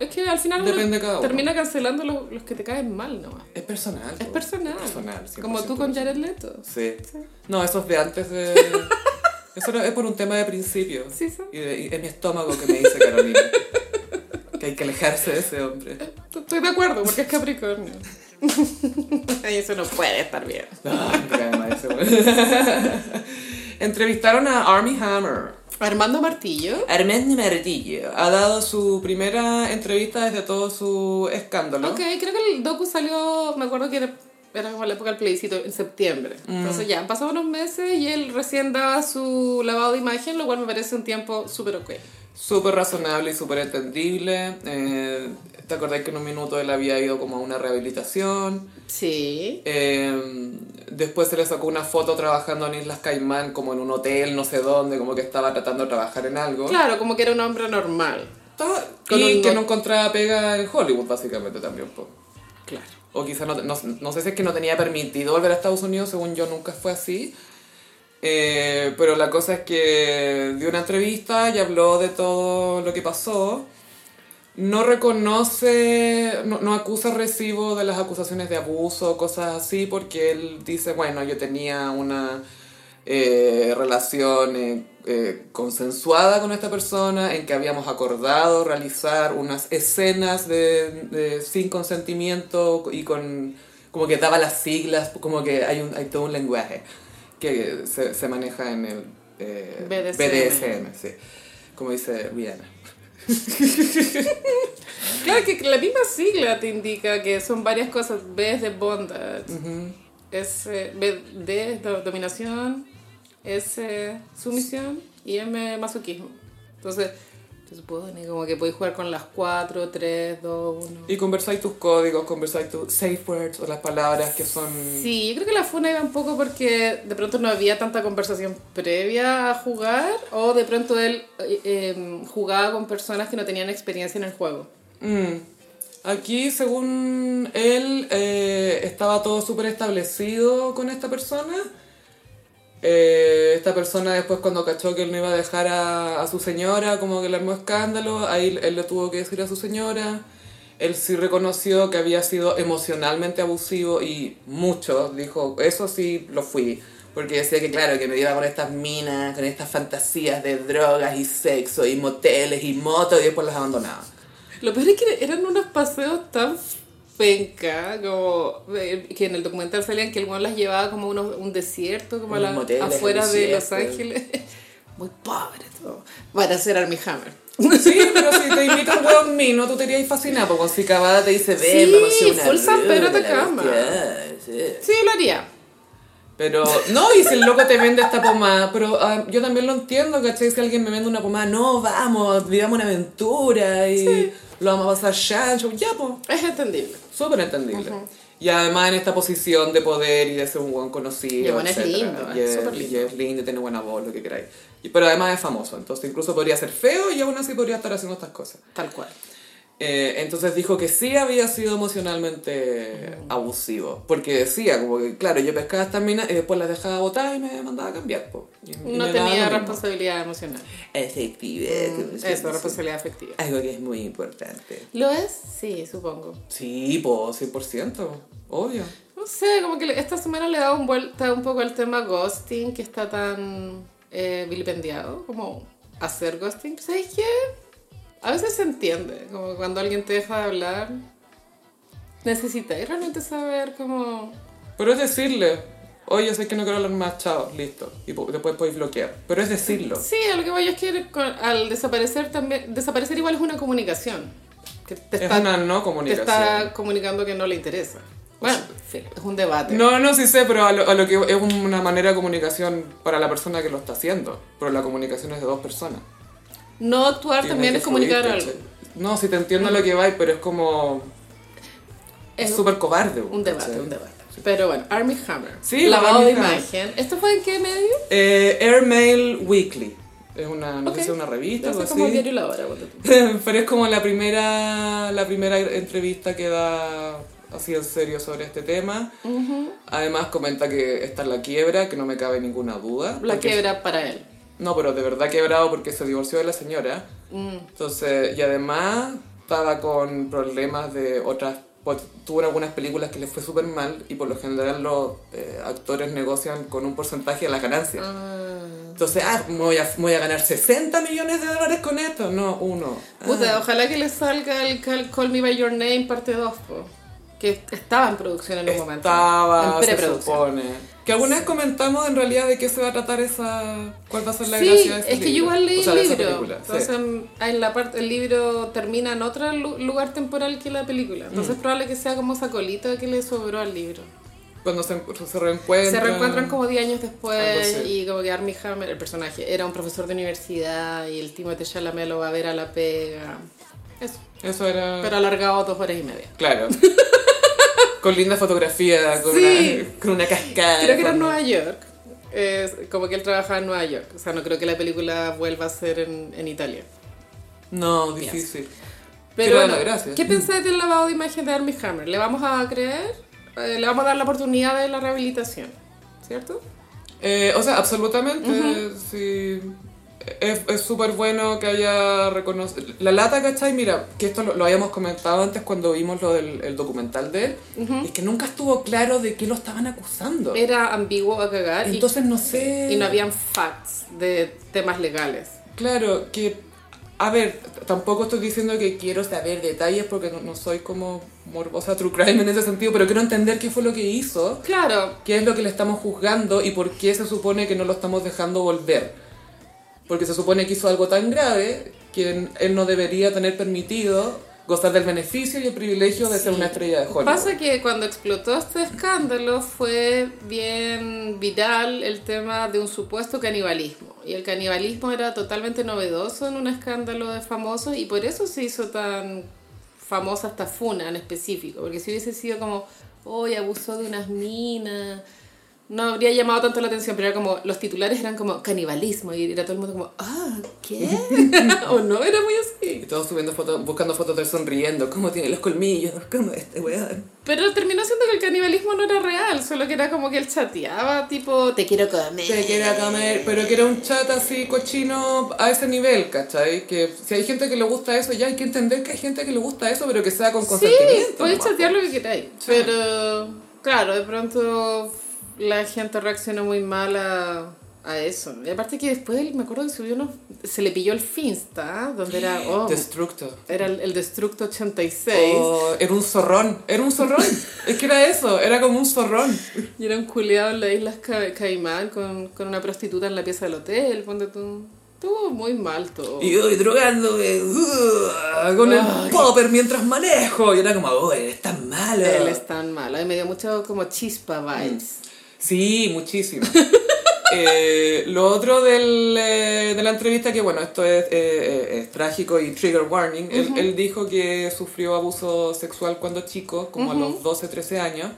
Speaker 2: Es que al final uno
Speaker 1: Depende de cada uno.
Speaker 2: termina cancelando los, los que te caen mal nomás.
Speaker 1: Es personal.
Speaker 2: Es
Speaker 1: po.
Speaker 2: personal.
Speaker 1: Es personal, 100%.
Speaker 2: Como tú con Jared Leto.
Speaker 1: Sí.
Speaker 2: Sí.
Speaker 1: No, eso es de antes de...
Speaker 2: <laughs>
Speaker 1: Eso era- es por un tema de principio.
Speaker 2: Sí, sí.
Speaker 1: Y, de- y es mi estómago que me dice Carolina. que hay que alejarse de ese hombre.
Speaker 2: T- Estoy de acuerdo, porque
Speaker 1: <laughs>
Speaker 2: es Capricornio. y eso no puede estar bien.
Speaker 1: No, me cae mal ese güey. <laughs> Entrevistaron a Army Hammer.
Speaker 2: Armando Martillo.
Speaker 1: Armando Martillo ha dado su primera entrevista desde todo su escándalo.
Speaker 2: Ok, creo que el docu salió, me acuerdo que era, era como la época del plebiscito, en septiembre.
Speaker 1: Mm.
Speaker 2: Entonces ya, han pasado unos meses y él recién daba su lavado de imagen, lo cual me parece un tiempo súper ok.
Speaker 1: Súper razonable y súper entendible. Eh, ¿Te acordás que en un minuto él había ido como a una rehabilitación?
Speaker 2: Sí.
Speaker 1: Eh, después se le sacó una foto trabajando en Islas Caimán, como en un hotel, no sé dónde, como que estaba tratando de trabajar en algo.
Speaker 2: Claro, como que era un hombre normal.
Speaker 1: Estaba-
Speaker 2: Con
Speaker 1: y
Speaker 2: un
Speaker 1: que
Speaker 2: go-
Speaker 1: no encontraba pega en Hollywood, básicamente, también. po.
Speaker 2: Claro.
Speaker 1: O quizás no, no, no sé si es que no tenía permitido volver a Estados Unidos, según yo nunca fue así. Eh, pero la cosa es que dio una entrevista y habló de todo lo que pasó. No reconoce, no, no acusa recibo de las acusaciones de abuso, cosas así, porque él dice, bueno, yo tenía una eh, relación eh, eh, consensuada con esta persona en que habíamos acordado realizar unas escenas de, de- sin consentimiento y con como que daba las siglas, como que hay, un, hay todo un lenguaje que se, se maneja en el eh,
Speaker 2: BDSM.
Speaker 1: BDSM, sí. como dice Rihanna.
Speaker 2: Claro que la misma sigla te indica que son varias cosas. B es de bondage, S, B- D es do- dominación, S sumisión y M masoquismo. Entonces, se supone como que podéis jugar con las 4, 3, 2, 1.
Speaker 1: Y conversáis tus códigos, conversáis tus safe words o las palabras que son...
Speaker 2: Sí, yo creo que la funa iba un poco porque de pronto no había tanta conversación previa a jugar o de pronto él eh, eh, jugaba con personas que no tenían experiencia en el juego.
Speaker 1: Mm. Aquí, según él, eh, estaba todo súper establecido con esta persona. Eh, esta persona después cuando cachó que él no iba a dejar a, a su señora, como que le armó escándalo, ahí él le tuvo que decir a su señora. Él sí reconoció que había sido emocionalmente abusivo y mucho, dijo, eso sí lo fui. Porque decía que claro, que me iba con estas minas, con estas fantasías de drogas y sexo y moteles y motos y después las abandonaba.
Speaker 2: Lo peor es que eran unos paseos tan penca, como eh, que en el documental salían que el weón las llevaba como unos, un desierto, como a
Speaker 1: Un
Speaker 2: la-
Speaker 1: motel,
Speaker 2: afuera
Speaker 1: un
Speaker 2: de Los
Speaker 1: desierto.
Speaker 2: Ángeles. <laughs> Muy pobre todo. Para hacer Army Hammer. <laughs>
Speaker 1: Sí, pero si te invita un hueón mino, tú te irías fascinado, porque con si cavada te dice, ven,
Speaker 2: Sí,
Speaker 1: vamos a hacer una
Speaker 2: full San Pedro
Speaker 1: ruta,
Speaker 2: de
Speaker 1: la
Speaker 2: Cama.
Speaker 1: cuestión, sí.
Speaker 2: Sí, lo haría.
Speaker 1: Pero, no, y si el loco te vende esta pomada, pero ah, yo también lo entiendo, ¿cachai? Si alguien me vende una pomada, no, vamos, vivamos una aventura y lo vamos a pasar chancho, ya, pues,
Speaker 2: Es entendible.
Speaker 1: súper entendible. Y además en esta posición de poder y de ser un buen
Speaker 2: Y
Speaker 1: conocido.
Speaker 2: el hueón es
Speaker 1: etcétera.
Speaker 2: lindo,
Speaker 1: y
Speaker 2: es
Speaker 1: es,
Speaker 2: súper lindo.
Speaker 1: y es lindo y tiene buena voz, lo que queráis. Y- Pero además es famoso, entonces incluso podría ser feo y aún así podría estar haciendo estas cosas.
Speaker 2: Tal cual.
Speaker 1: Eh, entonces dijo que sí había sido emocionalmente abusivo. Porque decía, como que, claro, yo pescaba estas minas y después las dejaba botar y me mandaba a cambiar. po. Y- y
Speaker 2: No
Speaker 1: me daba
Speaker 2: tenía
Speaker 1: lo mismo. Eh,
Speaker 2: responsabilidad emocional.
Speaker 1: Efectividad.
Speaker 2: Eso, responsabilidad afectiva.
Speaker 1: Algo que es muy importante.
Speaker 2: ¿Lo es? Sí, supongo.
Speaker 1: Sí, po, 100%. Obvio.
Speaker 2: No sé, como que le- esta semana le he dado un vuelta un poco al tema ghosting, que está tan eh, vilipendiado, como hacer ghosting. ¿Sabes qué? A veces se entiende, como cuando alguien te deja de hablar, necesitáis realmente saber cómo...
Speaker 1: Pero es decirle, oye, yo sé que no quiero hablar más, chao, listo. Y po- después podéis bloquear. Pero es decirlo.
Speaker 2: Sí, a lo que voy yo es que con- al desaparecer también. Desaparecer igual es una comunicación. Que te
Speaker 1: Es
Speaker 2: está,
Speaker 1: una no
Speaker 2: te
Speaker 1: comunicación.
Speaker 2: está comunicando que no le interesa. Bueno, filo, es un debate.
Speaker 1: No, no, sí sé, pero a lo, a lo que es una manera de comunicación para la persona que lo está haciendo. Pero la comunicación es de dos personas.
Speaker 2: No actuar
Speaker 1: Tienes
Speaker 2: también
Speaker 1: que
Speaker 2: es comunicar
Speaker 1: fluir,
Speaker 2: algo.
Speaker 1: ¿cachai? No, si te entiendo lo que va, pero es como... Es
Speaker 2: Es
Speaker 1: súper cobarde.
Speaker 2: un debate,
Speaker 1: ¿cachai?
Speaker 2: un debate. Pero bueno, Army Hammer.
Speaker 1: Sí,
Speaker 2: Lavado
Speaker 1: Armie
Speaker 2: de
Speaker 1: Hammer.
Speaker 2: imagen. ¿Esto fue en qué medio?
Speaker 1: Eh, Airmail Weekly. Es una, no sé
Speaker 2: Ok.
Speaker 1: si es una revista
Speaker 2: Eso
Speaker 1: o
Speaker 2: es como
Speaker 1: así.
Speaker 2: diario la hora, ponte tú.
Speaker 1: <laughs> Pero es como la primera, la primera entrevista que da así en serio sobre este tema. Además comenta que está en la quiebra, que no me cabe ninguna duda.
Speaker 2: La
Speaker 1: porque-
Speaker 2: quiebra para él.
Speaker 1: No, pero de verdad quebrado porque se divorció de la señora.
Speaker 2: Mm.
Speaker 1: Entonces, y además estaba con problemas de otras... pues, Tuvo algunas películas que les fue súper mal y por lo general los eh, actores negocian con un porcentaje de las
Speaker 2: Ah.
Speaker 1: ganancias. Entonces, ah, me voy, a, me voy a ganar 60 millones de dólares con esto. No, uno. Ah.
Speaker 2: Puta, ojalá que le salga el cal- Call Me By Your Name parte 2, po. que estaba en producción en un momento.
Speaker 1: Estaba,
Speaker 2: en
Speaker 1: se
Speaker 2: preproducción.
Speaker 1: supone. Que alguna vez comentamos en realidad de qué se va a tratar esa... ¿Cuál va a ser la
Speaker 2: Sí,
Speaker 1: gracia de ese
Speaker 2: es que yo
Speaker 1: libro.
Speaker 2: igual leí
Speaker 1: O sea, de
Speaker 2: el
Speaker 1: esa
Speaker 2: libro.
Speaker 1: película, sí.
Speaker 2: Entonces, en la parte, el libro termina en otro lu- lugar temporal que la película.
Speaker 1: Mm.
Speaker 2: Entonces, es probable que sea como esa colita que le sobró al libro.
Speaker 1: Cuando se, se reencuentran.
Speaker 2: Se reencuentran como 10 años después
Speaker 1: Algo así.
Speaker 2: y como que Armie Hammer, el personaje, era un profesor de universidad y el Timothée Chalamet lo va a ver a la pega. Eso,
Speaker 1: Eso era...
Speaker 2: pero alargado dos horas y media. <laughs>
Speaker 1: Claro. con linda fotografía, con,
Speaker 2: Sí.
Speaker 1: una, con una cascada.
Speaker 2: Creo que era
Speaker 1: con-
Speaker 2: en Nueva York. Es como que él trabajaba en Nueva York. O sea, no creo que la película vuelva a ser en, en Italia.
Speaker 1: No, difícil.
Speaker 2: Pero
Speaker 1: Pero bueno,
Speaker 2: bueno,
Speaker 1: gracias.
Speaker 2: ¿qué pensáis del lavado de imagen de Armie Hammer? ¿Le vamos a creer? Eh, ¿Le vamos a dar la oportunidad de la rehabilitación? ¿Cierto?
Speaker 1: Eh, o sea, absolutamente, sí. Es es súper bueno que haya reconocido... La lata, ¿cachai? Mira, que esto lo, lo habíamos comentado antes cuando vimos lo del el documental de él. Es que nunca estuvo claro de qué lo estaban acusando.
Speaker 2: Era ambiguo a cagar y,
Speaker 1: Entonces, no sé...
Speaker 2: y no habían facts de temas legales.
Speaker 1: Claro, que... A ver, t- tampoco estoy diciendo que quiero saber detalles porque no, no soy como morbosa true crime en ese sentido, pero quiero entender qué fue lo que hizo
Speaker 2: Claro,
Speaker 1: qué es lo que le estamos juzgando y por qué se supone que no lo estamos dejando volver. Porque se supone que hizo algo tan grave que en- él no debería tener permitido gozar del beneficio y el privilegio de ser una estrella de Hollywood.
Speaker 2: Pasa que cuando explotó este escándalo fue bien viral el tema de un supuesto canibalismo. Y el canibalismo era totalmente novedoso en un escándalo de famosos y por eso se hizo tan famosa esta funa en específico. Porque si hubiese sido como, hoy abusó de unas minas, no habría llamado tanto la atención. Pero era como, los titulares eran como canibalismo y era todo el mundo como, ah, ¿qué? <laughs> o no, era muy así.
Speaker 1: Y todos subiendo fotos, buscando fotos de él sonriendo, cómo tiene los colmillos, cómo este weón.
Speaker 2: Pero terminó siendo que el canibalismo no era real, solo que era como que él chateaba, tipo, te quiero comer.
Speaker 1: Se quiere comer, pero que era un chat así cochino a ese nivel, ¿cachai? Que si hay gente que le gusta eso, ya hay que entender que hay gente que le gusta eso, pero que sea con
Speaker 2: Sí,
Speaker 1: consentimiento.
Speaker 2: podéis
Speaker 1: nomás.
Speaker 2: chatear lo que queráis. Pero, claro, de pronto la gente reaccionó muy mal a, a eso. Y aparte que después él, me acuerdo que subió unos, se le pilló el Finsta, ¿ah?
Speaker 1: <gasps>
Speaker 2: donde era, oh,
Speaker 1: Destructo.
Speaker 2: era el, el Destructo 86.
Speaker 1: Oh, era un zorrón, era un <laughs> zorrón. es que era eso, era como un zorrón.
Speaker 2: Y era un culiado en las Islas Ca- Caimán con, con una prostituta en la pieza del hotel, ponte tú. Estuvo muy mal todo.
Speaker 1: Y hoy drogándome eh, uh, con el popper mientras manejo. Y era como, oh, eres tan malo.
Speaker 2: Él es tan malo. Y me dio mucho como chispa vibes.
Speaker 1: Mm. Sí, muchísimo. <laughs> Eh, lo otro del, eh, de la entrevista, que bueno, esto es, eh, eh, es trágico y trigger warning, él, él dijo que sufrió abuso sexual cuando chico, como a los 12, 13 años,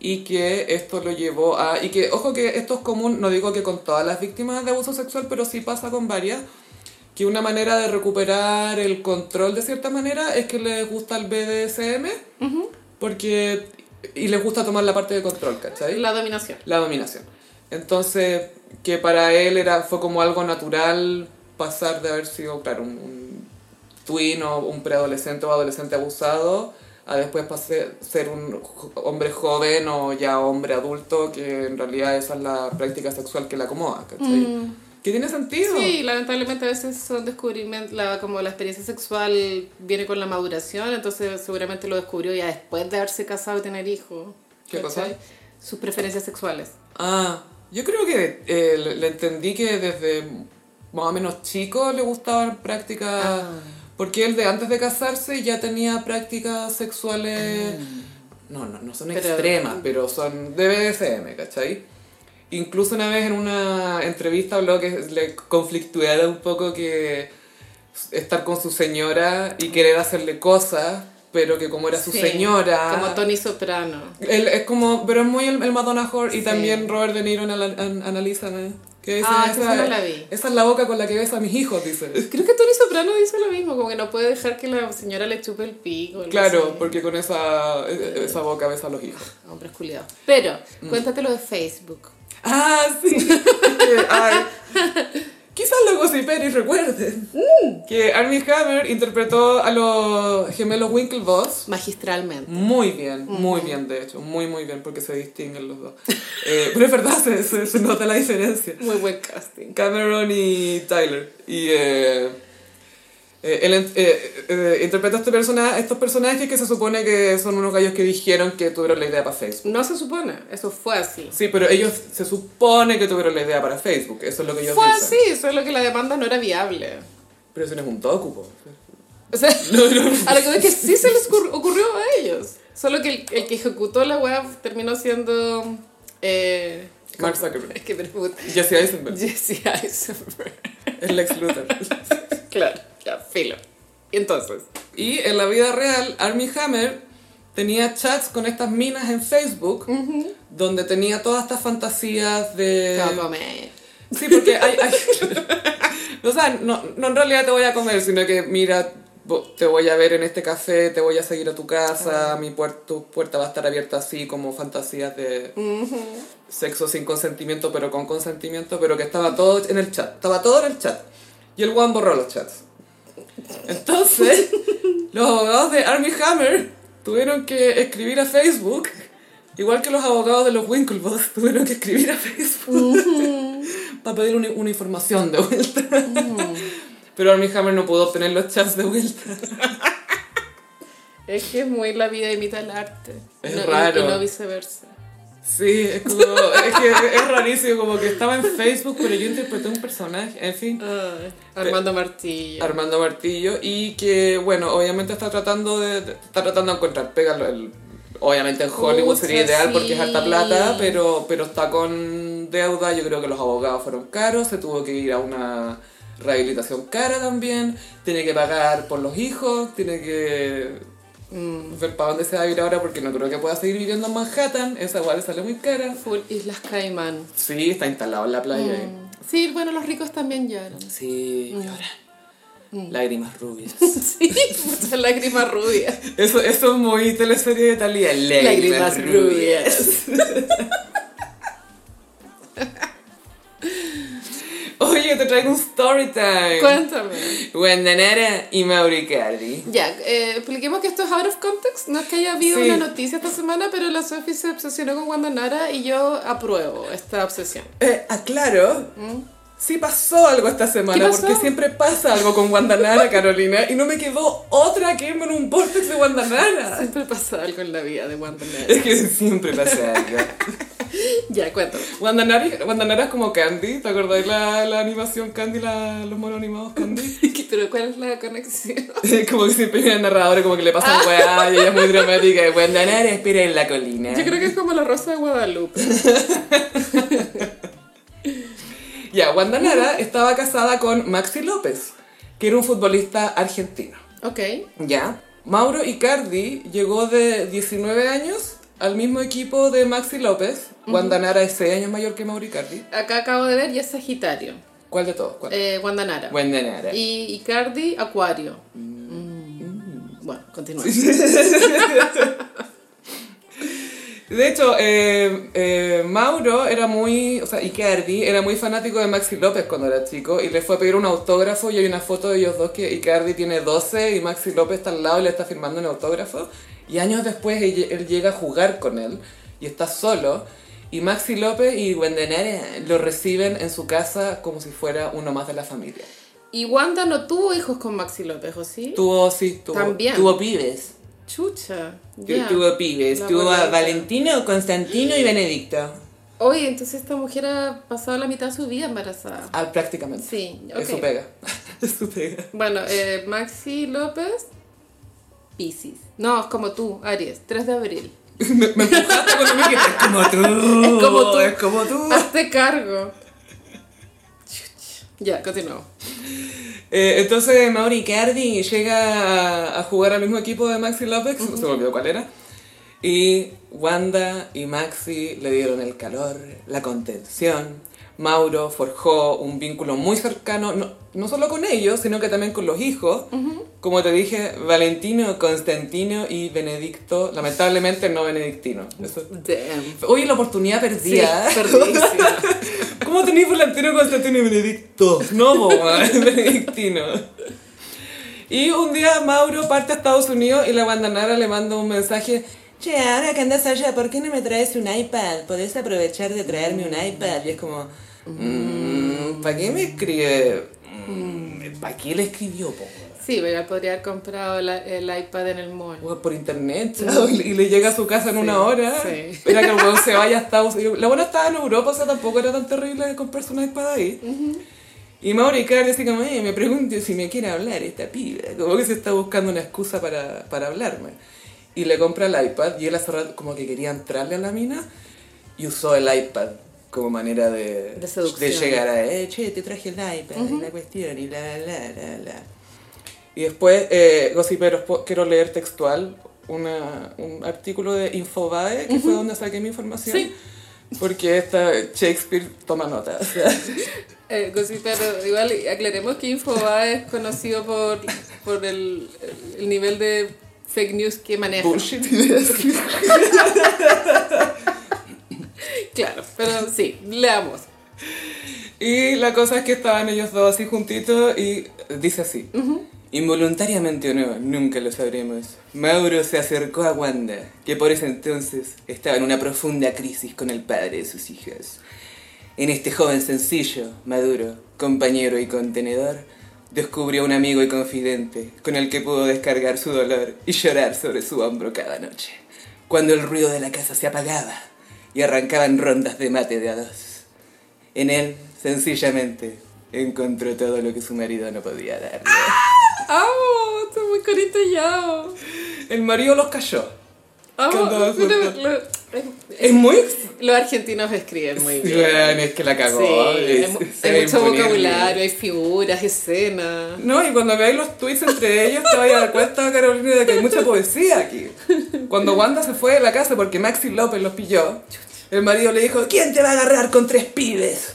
Speaker 1: y que esto lo llevó a... Y que, ojo que esto es común, no digo que con todas las víctimas de abuso sexual, pero sí pasa con varias, que una manera de recuperar el control de cierta manera es que les gusta el BDSM, porque... Y les gusta tomar la parte de control, ¿cachai?
Speaker 2: La dominación.
Speaker 1: la dominación. Entonces, que para él era, fue como algo natural pasar de haber sido, claro, un, un twin o un preadolescente o adolescente abusado a después pase- ser un jo- hombre joven o ya hombre adulto, que en realidad esa es la práctica sexual que le acomoda, ¿cachai? Que tiene sentido.
Speaker 2: Sí, lamentablemente a veces son descubrimientos, la, como la experiencia sexual viene con la maduración, entonces seguramente lo descubrió ya después de haberse casado y tener hijos.
Speaker 1: ¿Qué
Speaker 2: ¿cachai?
Speaker 1: cosa?
Speaker 2: sus preferencias sexuales.
Speaker 1: Ah, yo creo que eh, le le entendí que desde más o menos chico le gustaban prácticas.
Speaker 2: Ah.
Speaker 1: Porque él de antes de casarse ya tenía prácticas sexuales. No, no, no son
Speaker 2: Mm. Pero-
Speaker 1: extremas, pero son de BDSM, ¿cachai? Incluso una vez en una entrevista habló que le conflictuara un poco que estar con su señora y querer hacerle cosas, pero que como era su
Speaker 2: Sí,
Speaker 1: señora.
Speaker 2: Como Tony Soprano.
Speaker 1: Él es como, pero es muy el, el Madonna Whore y
Speaker 2: Sí.
Speaker 1: también Robert De Niro en Ala- en Analízame. Que dice,
Speaker 2: Ah, esa no la vi.
Speaker 1: esa es la boca con la que ves a mis hijos, dice.
Speaker 2: Creo que Tony Soprano dice lo mismo, como que no puede dejar que la señora le chupe el pico. algo
Speaker 1: Claro,
Speaker 2: así.
Speaker 1: porque con esa, e-, esa boca ves a los
Speaker 2: <laughs>
Speaker 1: hijos.
Speaker 2: Hombres culiados. Pero, cuéntate lo de Facebook.
Speaker 1: Ah, sí.
Speaker 2: <laughs>
Speaker 1: Ay. Quizás los gossiperis recuerden
Speaker 2: Mm.
Speaker 1: que Armie Hammer interpretó a los gemelos Winklevoss
Speaker 2: Magistralmente.
Speaker 1: Muy bien, muy bien de hecho, muy muy bien porque se distinguen los dos. Eh, pero es verdad, se- se- se nota la diferencia.
Speaker 2: Muy buen casting.
Speaker 1: Cameron y Tyler. Y eh, eh, él en- eh, eh, interpreta a este persona, estos personajes que se supone que son unos gallos que dijeron que tuvieron la idea para Facebook.
Speaker 2: No se supone, eso fue así.
Speaker 1: Sí, pero ellos se supone que tuvieron la idea para Facebook. Eso es lo que ellos
Speaker 2: Fue
Speaker 1: dicen.
Speaker 2: así, solo que la demanda no era viable.
Speaker 1: Pero eso no es un toku, po. <laughs>
Speaker 2: O sea, a lo que veo es que sí se les ocur- ocurrió a ellos. Solo que el, el que ejecutó la web terminó siendo. Eh,
Speaker 1: Mark Zuckerberg.
Speaker 2: <laughs> es que me puta.
Speaker 1: Jesse Eisenberg.
Speaker 2: Jesse Eisenberg. <laughs>
Speaker 1: Es Lex Luthor.
Speaker 2: claro, ya, filo. Y entonces,
Speaker 1: Y en la vida real, Armie Hammer tenía chats con estas minas en Facebook donde tenía todas estas fantasías de...
Speaker 2: te va a comer.
Speaker 1: Sí, porque hay... hay- <laughs> o sea, no, no en realidad te voy a comer, sino que mira, vo- te voy a ver en este café, te voy a seguir a tu casa, mi puer- tu puerta va a estar abierta así, como fantasías de sexo sin consentimiento, pero con consentimiento, pero que estaba todo en el chat, estaba todo en el chat. Y el Juan borró los chats. Entonces, los abogados de Army Hammer tuvieron que escribir a Facebook, igual que los abogados de los Winklevoss tuvieron que escribir a Facebook para pedir una, una información de vuelta. Pero Armie Hammer no pudo obtener los chats de vuelta.
Speaker 2: Es que es muy la vida imita el arte.
Speaker 1: Es
Speaker 2: No- y-
Speaker 1: raro.
Speaker 2: Y no viceversa.
Speaker 1: Sí, es como, es que es rarísimo, como que estaba en Facebook, pero yo interpreté un personaje, en fin.
Speaker 2: Ay, Armando Martillo.
Speaker 1: Armando Martillo, y que, bueno, obviamente está tratando de, de- está tratando de encontrar pega. el- obviamente en Hollywood
Speaker 2: Pucha,
Speaker 1: sería ideal porque es harta
Speaker 2: sí.
Speaker 1: plata, pero, pero está con deuda, yo creo que los abogados fueron caros, se tuvo que ir a una rehabilitación cara también, tiene que pagar por los hijos, tiene que
Speaker 2: Mm.
Speaker 1: ver para dónde se va a ir ahora porque no creo que pueda seguir viviendo en Manhattan, esa igual le sale muy cara.
Speaker 2: Full Islas Caimán.
Speaker 1: Sí, está instalado en la playa. ahí.
Speaker 2: Sí, bueno, los ricos también lloran.
Speaker 1: Sí, lloran.
Speaker 2: Mm-hmm.
Speaker 1: Lágrimas rubias.
Speaker 2: <laughs> Sí, muchas lágrimas rubias.
Speaker 1: Eso, eso es muy teleserie de Talía.
Speaker 2: Lágrimas rubias.
Speaker 1: Oye, te traigo un story time.
Speaker 2: Cuéntame.
Speaker 1: Wendanara y Mauricardi.
Speaker 2: Ya, eh, expliquemos que esto es out of context. No es que haya habido
Speaker 1: Sí.
Speaker 2: una noticia esta semana, pero la Sophie se obsesionó con Wanda Nara y yo apruebo esta obsesión.
Speaker 1: Eh, aclaro. Sí pasó algo esta semana,
Speaker 2: ¿Mm? ¿Qué pasó?
Speaker 1: porque siempre pasa algo con
Speaker 2: <laughs>
Speaker 1: Guandanara, Carolina, y no me quedó otra que irme en un vortex de Guandanara.
Speaker 2: Siempre pasa algo en la vida de Wanda Nara.
Speaker 1: Es que siempre pasa algo.
Speaker 2: <laughs> Ya, cuéntame.
Speaker 1: Guandanara, Guandanara es como Candy, ¿te acordáis la, la animación Candy, la- los monos animados Candy?
Speaker 2: <laughs> Pero ¿cuál es la conexión?
Speaker 1: <laughs> como que siempre viene el narrador y como que le pasa
Speaker 2: Ah.
Speaker 1: weá y ella es muy dramática. Y Guandanara espera en la colina.
Speaker 2: Yo creo que es como la rosa de Guadalupe.
Speaker 1: Ya, Guandanara estaba casada con Maxi López, que era un futbolista argentino.
Speaker 2: Ok.
Speaker 1: Ya. Mauro Icardi llegó de 19 años al mismo equipo de Maxi López. Guandanara es 6 años mayor que Mauro Icardi.
Speaker 2: Acá acabo de ver y es Sagitario.
Speaker 1: ¿Cuál de todos? ¿Cuál?
Speaker 2: Eh, Wanda Nara.
Speaker 1: Guandanara.
Speaker 2: Y Icardi, Acuario. Mm. Bueno, continúa.
Speaker 1: De hecho, eh, eh, Mauro era muy, o sea, Icardi era muy fanático de Maxi López cuando era chico y le fue a pedir un autógrafo y hay una foto de ellos dos que Icardi tiene 12 y Maxi López está al lado y le está firmando un autógrafo y años después él, él llega a jugar con él y está solo y Maxi López y Wendenare lo reciben en su casa como si fuera uno más de la familia.
Speaker 2: Y Wanda no tuvo hijos con Maxi López, ¿o sí?
Speaker 1: Tuvo, sí, tuvo,
Speaker 2: También.
Speaker 1: tuvo pibes.
Speaker 2: Chucha.
Speaker 1: ¿Tú,
Speaker 2: ya.
Speaker 1: tú opines?
Speaker 2: La
Speaker 1: ¿Tú a
Speaker 2: buena
Speaker 1: Valentino, Constantino y Benedicto?
Speaker 2: Oye, entonces esta mujer ha pasado la mitad de su vida embarazada.
Speaker 1: Ah, prácticamente.
Speaker 2: Sí, ok.
Speaker 1: Eso pega. <laughs> Eso pega.
Speaker 2: Bueno, eh, Maxi López, Pisces. No, es como tú, Aries, 3 de abril.
Speaker 1: Me, me empujaste cuando me dijiste, es como tú.
Speaker 2: Es como tú.
Speaker 1: Es como tú.
Speaker 2: Hazte cargo. Chuch. Ya, continuamos.
Speaker 1: Eh, entonces Mauri Cardi llega a, a jugar al mismo equipo de Maxi López, se me olvidó cuál era. Y Wanda y Maxi le dieron el calor, la contención. Mauro forjó un vínculo muy cercano, no, no solo con ellos, sino que también con los hijos. Como te dije, Valentino, Constantino y Benedicto, lamentablemente no Benedictino. Eso-
Speaker 2: Damn.
Speaker 1: Oye, la oportunidad
Speaker 2: Sí,
Speaker 1: perdida. ¿eh?
Speaker 2: perdidísima.
Speaker 1: ¿Cómo tenéis Volantino, Constantino y Benedicto? No, po, weón, <laughs> Benedictino. Y un día Mauro parte a Estados Unidos y la bandanara le manda un mensaje. Che, ahora que andas allá, ¿por qué no me traes un iPad? Podés aprovechar de traerme un iPad. Y es como, ¿para qué me escribe? ¿Para qué le escribió, po?
Speaker 2: Sí, Vega podría haber comprado la- el iPad en el mall.
Speaker 1: Weón, Por internet, chao, <laughs> y le llega a su casa en
Speaker 2: Sí,
Speaker 1: una hora.
Speaker 2: sí.
Speaker 1: Era que el weón se vaya a Estados Unidos. La buena estaba en Europa, o sea, tampoco era tan terrible comprarse un iPad ahí. Y Mauri Cardi así como, "Eh, me pregunto si me quiere hablar esta piba. Como que se está buscando una excusa para, para hablarme. Y le compra el iPad y él hace rato como que quería entrarle a la mina y usó el iPad como manera de,
Speaker 2: De seducción.
Speaker 1: llegar a, eh, che, te traje el iPad, y la cuestión y la, la, la, la. Y después, eh, gossiperos, po- quiero leer textual una- un artículo de Infobae, que fue donde saqué mi información.
Speaker 2: Sí.
Speaker 1: Porque esta Shakespeare toma nota. o sea.
Speaker 2: Eh, gossip, pero igual aclaremos que Infobae es conocido por, por el, el nivel de fake news que maneja.
Speaker 1: Bullshit.
Speaker 2: Claro, pero sí, leamos.
Speaker 1: y la cosa es que estaban ellos dos así juntitos y dice así. Involuntariamente o no, nunca lo sabremos. Mauro se acercó a Wanda, que por ese entonces estaba en una profunda crisis con el padre de sus hijas. En este joven sencillo, maduro, compañero y contenedor, descubrió un amigo y confidente con el que pudo descargar su dolor y llorar sobre su hombro cada noche, cuando el ruido de la casa se apagaba y arrancaban rondas de mate de a dos. En él, sencillamente, encontró todo lo que su marido no podía darle.
Speaker 2: ¡Amo! Estoy ¡Oh! muy ¡Oh! corintillado.
Speaker 1: El marido los cayó.
Speaker 2: ¡Amo!
Speaker 1: Cantaba
Speaker 2: Pero
Speaker 1: suelta.
Speaker 2: lo- es-
Speaker 1: Es muy...
Speaker 2: los argentinos
Speaker 1: <laughs>
Speaker 2: escriben muy bien.
Speaker 1: Bueno, es que la cagó.
Speaker 2: Sí,
Speaker 1: es-
Speaker 2: hay, mu-
Speaker 1: se
Speaker 2: hay
Speaker 1: ve
Speaker 2: mucho
Speaker 1: imponible.
Speaker 2: vocabulario, hay figuras, escenas.
Speaker 1: No, y cuando veáis los tweets entre ellos, te vais a dar cuenta, Carolina, de que hay mucha poesía aquí. Cuando Wanda se fue de la casa porque Maxi López los pilló, el marido le dijo: ¿Quién te va a agarrar con tres pibes?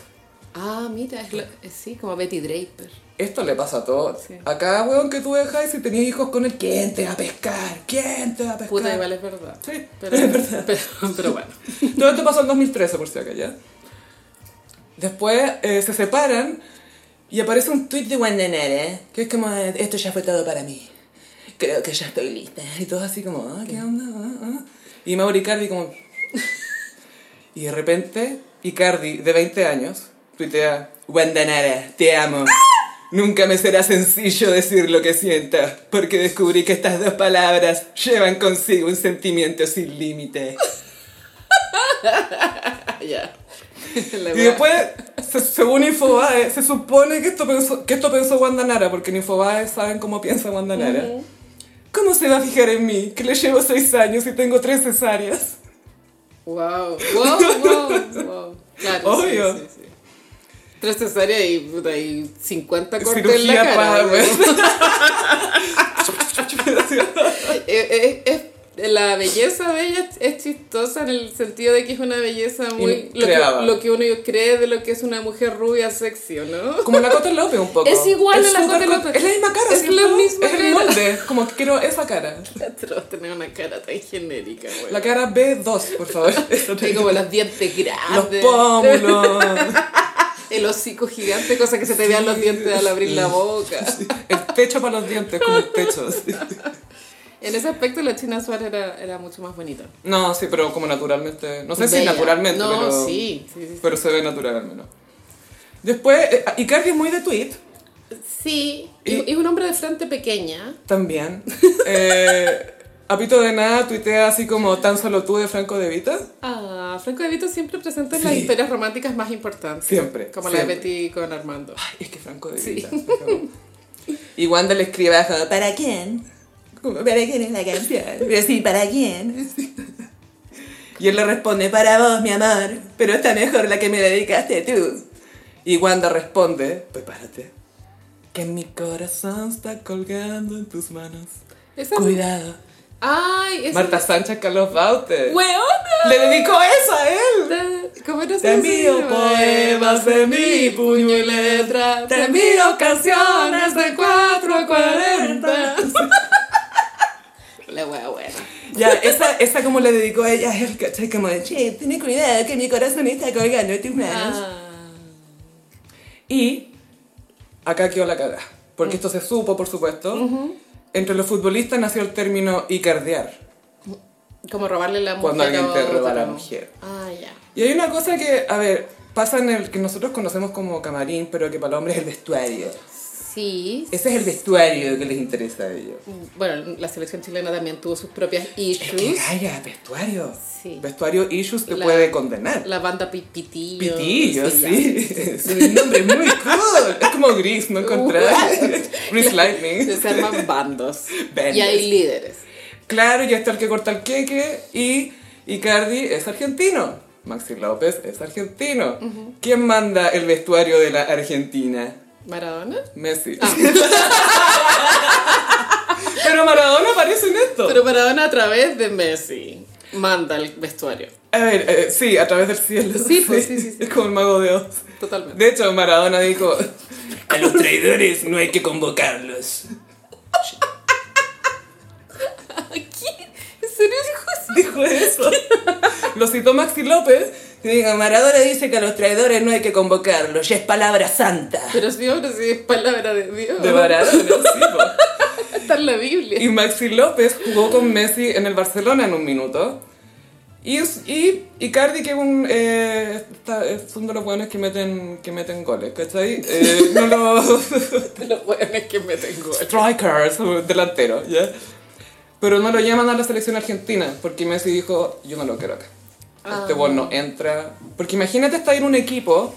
Speaker 2: Ah, mira, es, lo- es- sí, como Betty Draper.
Speaker 1: Esto le pasa a todos.
Speaker 2: Sí.
Speaker 1: A cada weón que tú dejáis, si tenías hijos con él, ¿quién te va a pescar? ¿Quién te va a pescar?
Speaker 2: Puta, igual es verdad.
Speaker 1: Sí. <laughs>
Speaker 2: Pero, pero- pero bueno. <laughs>
Speaker 1: Todo esto pasó en 2013, por si acá ya. Después eh, se separan y aparece un tweet de Wandanara, que es como, eh, esto ya fue todo para mí. Creo que ya estoy lista. Y todos así como, ah, ¿qué onda? Ah, ah. Y Mauro Icardi como... y de repente, Icardi, de 20 años, tuitea, Wandanara, te amo. Nunca me será sencillo decir lo que sienta, porque descubrí que estas dos palabras llevan consigo un sentimiento sin límite.
Speaker 2: Ah, ya. La
Speaker 1: Y
Speaker 2: wea.
Speaker 1: después, se- según Infobae, se supone que esto pensó, que esto pensó Wanda Nara, porque en Infobae saben cómo piensa Wanda Nara. ¿Cómo se va a fijar en mí, que le llevo seis años y tengo tres cesáreas?
Speaker 2: Wow, wow, wow, wow. Claro,
Speaker 1: Obvio.
Speaker 2: Sí, sí, sí. Tres cesáreas y, puta, y 50 cortes en la
Speaker 1: Cirugía
Speaker 2: cara.
Speaker 1: para...
Speaker 2: ¿no? <laughs> Eh, eh, es- es- la belleza de ella es- es chistosa en el sentido de que es una belleza muy... Lo que,
Speaker 1: Increada.
Speaker 2: lo que uno cree de lo que es una mujer rubia sexy, ¿o ¿no? <laughs>
Speaker 1: Como la Cota López un poco.
Speaker 2: Es igual a la
Speaker 1: súper
Speaker 2: Cote
Speaker 1: con-
Speaker 2: López.
Speaker 1: Es la misma cara.
Speaker 2: Es
Speaker 1: ¿cierto?
Speaker 2: la misma
Speaker 1: Es el
Speaker 2: cara.
Speaker 1: molde. Es Como que quiero esa cara.
Speaker 2: Atroz tener una cara tan genérica, güey. <laughs>
Speaker 1: La cara B2, por favor.
Speaker 2: Hay como los dientes
Speaker 1: Los
Speaker 2: grandes,
Speaker 1: pómulos.
Speaker 2: el hocico gigante, cosa que se te vean los dientes al abrir la boca.
Speaker 1: El techo para los dientes, como el techo. sí.
Speaker 2: En ese aspecto la China Suárez era, era mucho más bonita.
Speaker 1: No, sí, pero como naturalmente. No sé si
Speaker 2: Bella.
Speaker 1: naturalmente,
Speaker 2: No,
Speaker 1: pero.
Speaker 2: sí, sí, sí, sí.
Speaker 1: Pero se ve natural al menos. Después, eh, Icardi es muy de tweet
Speaker 2: Sí,
Speaker 1: Y-
Speaker 2: y- es un hombre de frente pequeña. <laughs>
Speaker 1: también. Eh, Apito de nada tuitea así como tan solo tú de Franco De Vita.
Speaker 2: Ah, Franco De Vito siempre presenta las
Speaker 1: Sí.
Speaker 2: historias románticas más importantes.
Speaker 1: Siempre,
Speaker 2: Como la
Speaker 1: siempre. Ah,
Speaker 2: de Betty con Armando.
Speaker 1: Ay, <laughs> es que Franco De
Speaker 2: Sí.
Speaker 1: Vita. por favor. Y Wanda le escribe abajo,
Speaker 3: ¿Para quién? Como, ¿Para quién es la canción? Pero sí, ¿para quién?
Speaker 1: Y él le responde,
Speaker 3: Pone para vos, mi amor. Pero está mejor la que me dedicaste tú.
Speaker 1: Y Wanda responde, prepárate. Que mi corazón está colgando en tus manos.
Speaker 2: Esa-
Speaker 1: Cuidado.
Speaker 2: Ay, esa.
Speaker 1: Marta Sánchez Carlos Baute.
Speaker 2: ¡Hueona!
Speaker 1: Le dedicó eso a él.
Speaker 2: Da- ¿Cómo era
Speaker 1: Te
Speaker 2: ese
Speaker 1: envío
Speaker 2: libro?
Speaker 1: poemas de mi puño y letra. Te envío canciones de 4 a 40.
Speaker 2: La wea buena.
Speaker 1: Ya, esa, esa como le dedicó a ella, él, ¿cachai? Como de
Speaker 3: Che, ten cuidado que mi corazón está colgando en tus manos.
Speaker 2: Ah.
Speaker 1: Y acá quedó la cagada, porque esto se supo, por supuesto. Entre los futbolistas nació el término icardear.
Speaker 2: Como robarle la mujer.
Speaker 1: Cuando alguien te
Speaker 2: a
Speaker 1: roba
Speaker 2: otro.
Speaker 1: la mujer.
Speaker 2: Ah, ya.
Speaker 1: Y hay una cosa que, a ver, pasa en el que nosotros conocemos como camarín, pero que para los hombres es el vestuario.
Speaker 2: Sí.
Speaker 1: Ese es el vestuario que les interesa a ellos.
Speaker 2: Bueno, la selección chilena también tuvo sus propias
Speaker 1: Es que
Speaker 2: issues.
Speaker 1: gaya, vestuario.
Speaker 2: Sí.
Speaker 1: Vestuario issues te
Speaker 2: La-
Speaker 1: puede condenar.
Speaker 2: La banda Pi- Pitillo.
Speaker 1: Pitillo,
Speaker 2: ya.
Speaker 1: <laughs> sí. Su nombre es muy cool. Es como gris, ¿no encontrás? <laughs> Gris Lightning.
Speaker 2: <laughs> Se arman bandos.
Speaker 1: Bandos.
Speaker 2: Y hay líderes.
Speaker 1: Claro, ya está el que corta el queque y Icardi es argentino. Maxi López es argentino. ¿Quién manda el vestuario de la Argentina?
Speaker 2: Maradona.
Speaker 1: Messi.
Speaker 2: Ah.
Speaker 1: <laughs> Pero Maradona aparece en esto.
Speaker 2: Pero Maradona a través de Messi manda el vestuario.
Speaker 1: A ver, eh, sí, a través del cielo.
Speaker 2: Sí, pues, sí, sí, sí.
Speaker 1: Es como el mago de Oz.
Speaker 2: Totalmente.
Speaker 1: De hecho, Maradona dijo, a los traidores no hay que convocarlos.
Speaker 2: ¿Qué? ¿En serio dijo eso?
Speaker 1: Dijo eso. Lo citó Maxi López.
Speaker 3: Que diga, Maradona dice que a los traidores no hay que convocarlos, ya es palabra santa.
Speaker 2: Pero sí, hombre, sí, es palabra de Dios.
Speaker 1: De Maradona, sí, po.
Speaker 2: Está en la Biblia.
Speaker 1: Y Maxi López jugó con Messi en el Barcelona en un minuto. Y, y Icardi, que es un, eh, está- es uno de los buenos que meten, que meten goles, ¿cachai? Eh, no los
Speaker 2: De los hueones que me tengo.
Speaker 1: strikers, <laughs> o delantero, ¿ya? Pero no lo llaman a la selección argentina, porque Messi dijo, yo no lo quiero acá.
Speaker 2: Ah.
Speaker 1: Este weón no entra. Porque imagínate estar en un equipo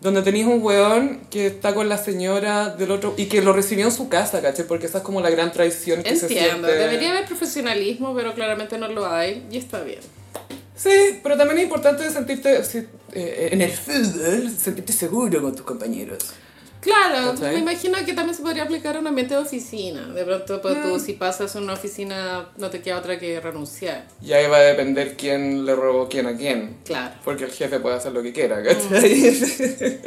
Speaker 1: donde tenéis un weón que está con la señora del otro y que lo recibió en su casa, ¿cachai? Porque esa es como la gran traición que se
Speaker 2: <laughs> Entiendo,
Speaker 1: siente.
Speaker 2: debería haber profesionalismo, pero claramente no lo hay y está bien.
Speaker 1: Sí, pero también es importante sentirte sí, eh, en el
Speaker 3: fútbol, sentirte seguro con tus compañeros.
Speaker 2: Claro,
Speaker 1: ¿Cachai?
Speaker 2: me imagino que también se podría aplicar a un ambiente de oficina. De pronto, pues, tú, si pasas a una oficina, no te queda otra que renunciar.
Speaker 1: Y ahí va a depender quién le robó quién a quién.
Speaker 2: Claro. Mm.
Speaker 1: Porque el jefe puede hacer lo que quiera, ¿cachai?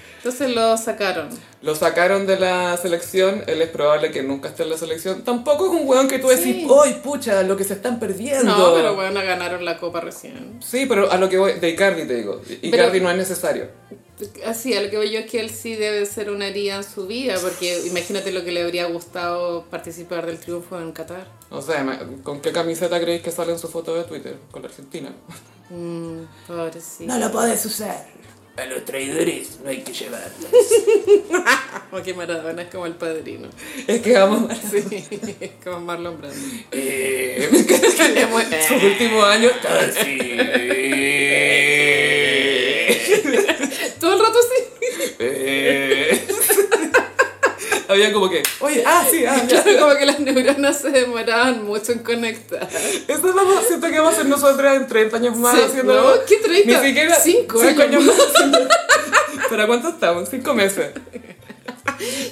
Speaker 1: <laughs>
Speaker 2: Entonces lo sacaron.
Speaker 1: Lo sacaron de la selección, él es probable que nunca esté en la selección. Tampoco es un weón que tú decís,
Speaker 2: Sí.
Speaker 1: ¡ay, pucha, lo que se están perdiendo!
Speaker 2: No, pero bueno, ganaron la copa recién.
Speaker 1: Sí, pero a lo que voy, de Icardi te digo, Icardi
Speaker 2: Pero-
Speaker 1: no es necesario.
Speaker 2: Así, a lo que voy yo es que él sí debe ser una herida en su vida, porque imagínate lo que le habría gustado participar del triunfo en Qatar.
Speaker 1: No sé, ma- ¿con qué camiseta creéis que sale en su foto de Twitter? Con la Argentina.
Speaker 2: Mm, pobrecito.
Speaker 3: No lo podés usar. A los traidores no hay que llevarlos.
Speaker 2: Como Oh, que Maradona es como el
Speaker 1: <laughs>
Speaker 2: padrino.
Speaker 1: Es que vamos...
Speaker 2: Sí, como
Speaker 1: <laughs>
Speaker 2: Marlon Brando.
Speaker 1: Eh,
Speaker 2: Es muy-
Speaker 1: sus últimos años...
Speaker 3: Ah,
Speaker 1: <laughs>
Speaker 2: Todo el rato sí.
Speaker 1: Eh. <laughs> Había como que, oye, ah, sí, ah, ya.
Speaker 2: Claro, como que las neuronas se demoraban mucho en conectar.
Speaker 1: Eso vamos, siento que vamos a ser nosotras en 30 años más
Speaker 2: Sí,
Speaker 1: haciendo.
Speaker 2: no, ¿qué 30?
Speaker 1: Ni siquiera.
Speaker 2: Cinco
Speaker 1: cinco
Speaker 2: años.
Speaker 1: años más. haciendo- ¿Para cuánto estamos? 5 meses.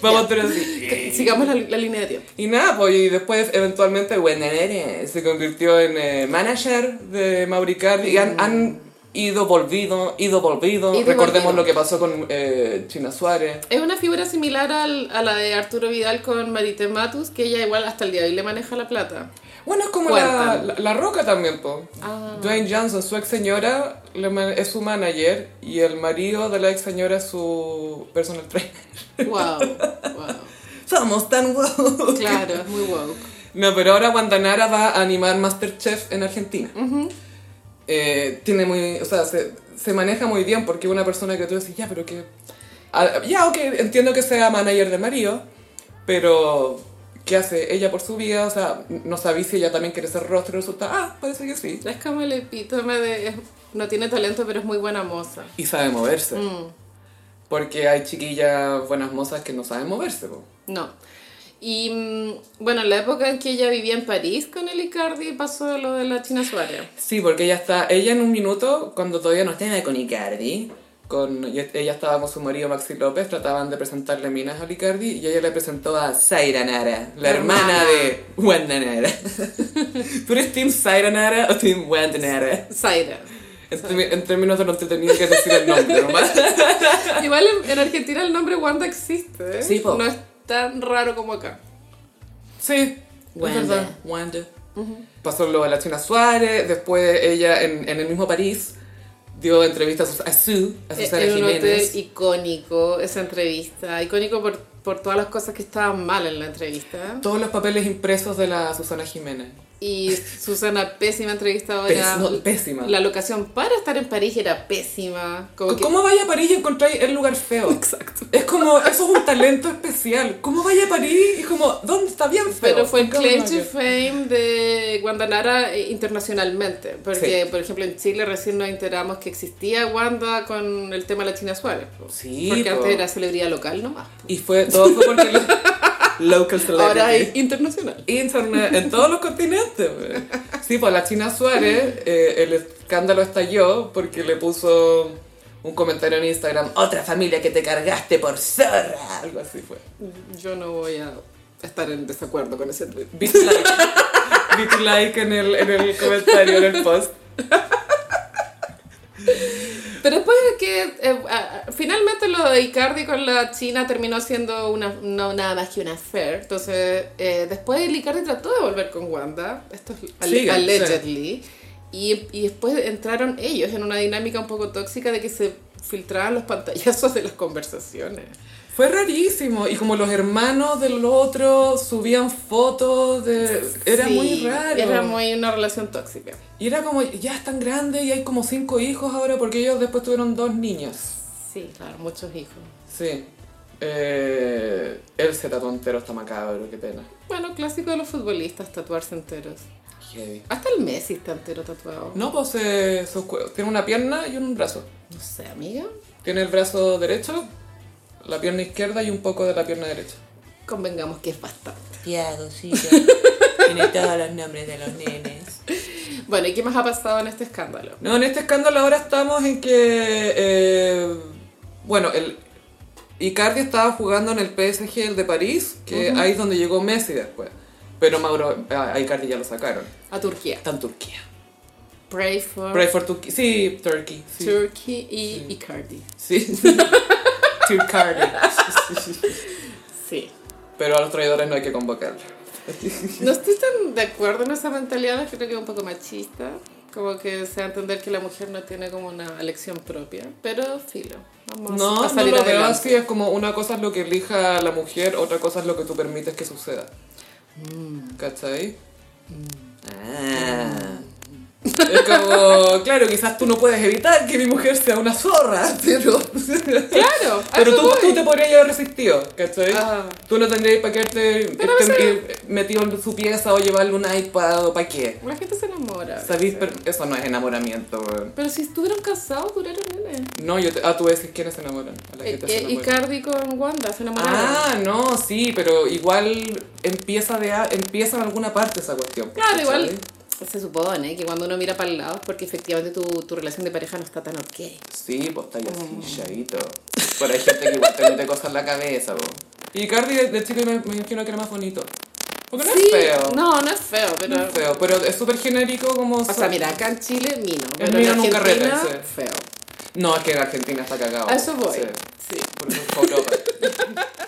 Speaker 1: Vamos a hacer así.
Speaker 2: Sigamos la, la línea de tiempo.
Speaker 1: Y nada, pues y después eventualmente Wenner se convirtió en eh, manager de Mauricardi y han, han ido, volvido, ido, volvido.
Speaker 2: Mm. Ido y
Speaker 1: Recordemos
Speaker 2: volvido.
Speaker 1: lo que pasó con eh, China Suárez.
Speaker 2: Es una figura similar al- a la de Arturo Vidal con Marité Matus, que ella igual hasta el día de hoy le maneja la plata.
Speaker 1: Bueno, es como la,
Speaker 2: Cuentan.
Speaker 1: la, la Roca también, po.
Speaker 2: Ah.
Speaker 1: Dwayne Johnson, su ex señora, le man- es su manager y el marido de la ex señora es su personal trainer. <laughs>
Speaker 2: Wow, wow.
Speaker 3: Somos tan guapos.
Speaker 2: Claro, es muy woke.
Speaker 1: <laughs> No, pero ahora Guantanara va a animar Masterchef en Argentina. Eh, tiene muy, o sea, se, se maneja muy bien porque una persona que tú decís, ya, pero que... ah, ya, ok, entiendo que sea manager de marido, pero ¿Qué hace ella por su vida? O sea, nos avisa si ella también quiere ser rostro y resulta, ah, parece que sí.
Speaker 2: Es como el epítome de. es- No tiene talento, pero es muy buena moza.
Speaker 1: Y sabe moverse.
Speaker 2: Mm,
Speaker 1: Porque hay chiquillas buenas mozas que no saben moverse. po.
Speaker 2: no. Y mm, bueno, en la época en que ella vivía en París con el Icardi pasó lo de la China Suárez.
Speaker 1: Sí, porque ella está, ella en un minuto, cuando todavía no estaba con Icardi, con, y- ella estaba con su marido Maxi López, trataban de presentarle minas a Icardi y ella le presentó a Zaira Nara, la
Speaker 2: La
Speaker 1: hermana,
Speaker 2: hermana.
Speaker 1: de Wanda Nara. <laughs> ¿Tú eres Team Zaira Nara o Team Wanda Nara?
Speaker 2: Zaira.
Speaker 1: En, termi- en términos de lo entretenido que es decir el nombre, nomás.
Speaker 2: Igual en, en Argentina el nombre Wanda existe. ¿eh?
Speaker 1: Sí, po.
Speaker 2: No es tan raro como acá.
Speaker 1: Sí,
Speaker 2: Wanda.
Speaker 1: es verdad, Wanda. Pasó lo de la China Suárez, después ella en, en el mismo París dio entrevistas a Su, a
Speaker 2: Es
Speaker 1: Susana
Speaker 2: Eh, un hotel
Speaker 1: Jiménez.
Speaker 2: icónico esa entrevista. Icónico por, por todas las cosas que estaban mal en la entrevista.
Speaker 1: Todos los papeles impresos de la Susana Jiménez.
Speaker 2: Y Susana, pésima entrevistadora.
Speaker 1: Pés- no, pésima.
Speaker 2: Oh, La locación para estar en París era pésima. Como que-
Speaker 1: ¿Cómo vaya a París y encontráis el lugar feo? Exacto. Es como, eso es un talento especial. ¿Cómo vaya a París? Y como, ¿dónde está bien feo?
Speaker 2: Pero fue el
Speaker 1: Nunca me
Speaker 2: claim to
Speaker 1: imagino.
Speaker 2: fame de Guandanara eh, internacionalmente. Porque, por ejemplo, en Chile recién nos enteramos que existía Wanda con el tema de la China Suárez. po.
Speaker 1: Sí,
Speaker 2: Porque
Speaker 1: po.
Speaker 2: antes era celebridad local nomás. po.
Speaker 1: Y fue, todo fue
Speaker 2: <laughs>
Speaker 1: porque lo- local celebrity.
Speaker 2: Ahora es internacional.
Speaker 1: Internet en todos los continentes. wey. Sí, pues la China Suárez, eh, el escándalo estalló porque le puso un comentario en Instagram, otra familia que te cargaste por zorra, algo así fue.
Speaker 2: Yo no voy a estar en desacuerdo con ese tweet.
Speaker 1: Bit like, Bit like en, el, en el comentario, en el post.
Speaker 2: Pero después de que eh, ah, ah, finalmente lo de Icardi con la China terminó siendo una, no nada más que una affair. Entonces, eh, después el Icardi trató de volver con Wanda. Esto es al-
Speaker 1: Sí,
Speaker 2: allegedly. Y, y después entraron ellos en una dinámica un poco tóxica de que se filtraban los pantallazos de las conversaciones.
Speaker 1: Fue rarísimo. Y como los hermanos del otro subían fotos de... Era
Speaker 2: Sí,
Speaker 1: muy raro.
Speaker 2: Era muy una relación tóxica.
Speaker 1: Y era como, ya están grandes y hay como cinco hijos ahora porque ellos después tuvieron dos niños.
Speaker 2: Sí, claro, muchos hijos.
Speaker 1: Sí. Eh, el Z entero está macabro, qué pena.
Speaker 2: Bueno, clásico de los futbolistas, tatuarse enteros.
Speaker 1: Heavy.
Speaker 2: Hasta el Messi está entero tatuado.
Speaker 1: No, pues eh, sus cue- tiene una pierna y un brazo.
Speaker 2: No sé, amiga.
Speaker 1: Tiene el brazo derecho, la pierna izquierda y un poco de la pierna derecha.
Speaker 2: Convengamos que es bastante.
Speaker 3: Tiago, sí, Tiene todos los nombres de los nenes.
Speaker 2: Bueno, ¿y qué más ha pasado en este escándalo?
Speaker 1: No, en este escándalo ahora estamos en que. eh, bueno, el Icardi estaba jugando en el PSG, el de París, que ahí es donde llegó Messi después. Pero Mauro, ah, a, a Icardi ya lo sacaron.
Speaker 2: A Turquía.
Speaker 1: Está en Turquía.
Speaker 2: Pray for
Speaker 1: Pray for Turkey. Sí, Turkey. Sí.
Speaker 2: Turkey y Icardi.
Speaker 1: Sí. <laughs> Turcardi.
Speaker 2: Sí.
Speaker 1: <laughs> Pero a los traidores no hay que convocarlos.
Speaker 2: No estoy tan de acuerdo en esa mentalidad, creo que es un poco machista. Como que se da a entender que la mujer no tiene como una elección propia. Pero filo. Vamos
Speaker 1: No, no
Speaker 2: a salir
Speaker 1: lo veo
Speaker 2: adelante.
Speaker 1: así. Es como una cosa es lo que elija la mujer, otra cosa es lo que tú permites que suceda. ¿Cachai? Mm. Ah. Es como, claro, quizás tú no puedes evitar que mi mujer sea una zorra, <laughs> pero...
Speaker 2: Claro, a
Speaker 1: Pero
Speaker 2: eso
Speaker 1: tú,
Speaker 2: voy.
Speaker 1: tú te podrías haber resistido, ¿cachai?
Speaker 2: Ah.
Speaker 1: Tú no tendrías para quedarte
Speaker 2: Pero a veces-
Speaker 1: irte metido en su pieza o llevarle un iPad o para qué.
Speaker 2: La gente se enamora. a
Speaker 1: ¿Sabís?
Speaker 2: veces.
Speaker 1: Pero eso no es enamoramiento, weón.
Speaker 2: Pero si estuvieron casados, duraron nene.
Speaker 1: No, yo te- ah, tú decís quiénes se enamoran. A la
Speaker 2: Eh,
Speaker 1: gente se
Speaker 2: eh,
Speaker 1: enamora.
Speaker 2: Icardi con Wanda se enamoraron.
Speaker 1: Ah, no, sí, pero igual empieza, de a- empieza en alguna parte esa cuestión.
Speaker 2: Claro,
Speaker 1: ¿cachai?
Speaker 2: igual se supone que cuando uno mira para el lado es porque efectivamente tu, tu relación de pareja no está tan ok.
Speaker 1: Sí, pues está ahí
Speaker 2: Mm.
Speaker 1: así, chadito. Pero hay gente que igual te mete cosas en la cabeza, po. Y Cardi de, de chico me, me imagino que era más bonito. Porque no es feo. No,
Speaker 2: No, no es feo, pero...
Speaker 1: es feo, pero es súper genérico como...
Speaker 2: O sea, mira, acá en Chile, mino. Pero
Speaker 1: mino
Speaker 2: en
Speaker 1: nunca
Speaker 2: Argentina,
Speaker 1: rete, sí.
Speaker 2: feo.
Speaker 1: No, es que en Argentina está cagado.
Speaker 2: A eso voy.
Speaker 1: Sí,
Speaker 2: Sí.
Speaker 1: por eso es Europa.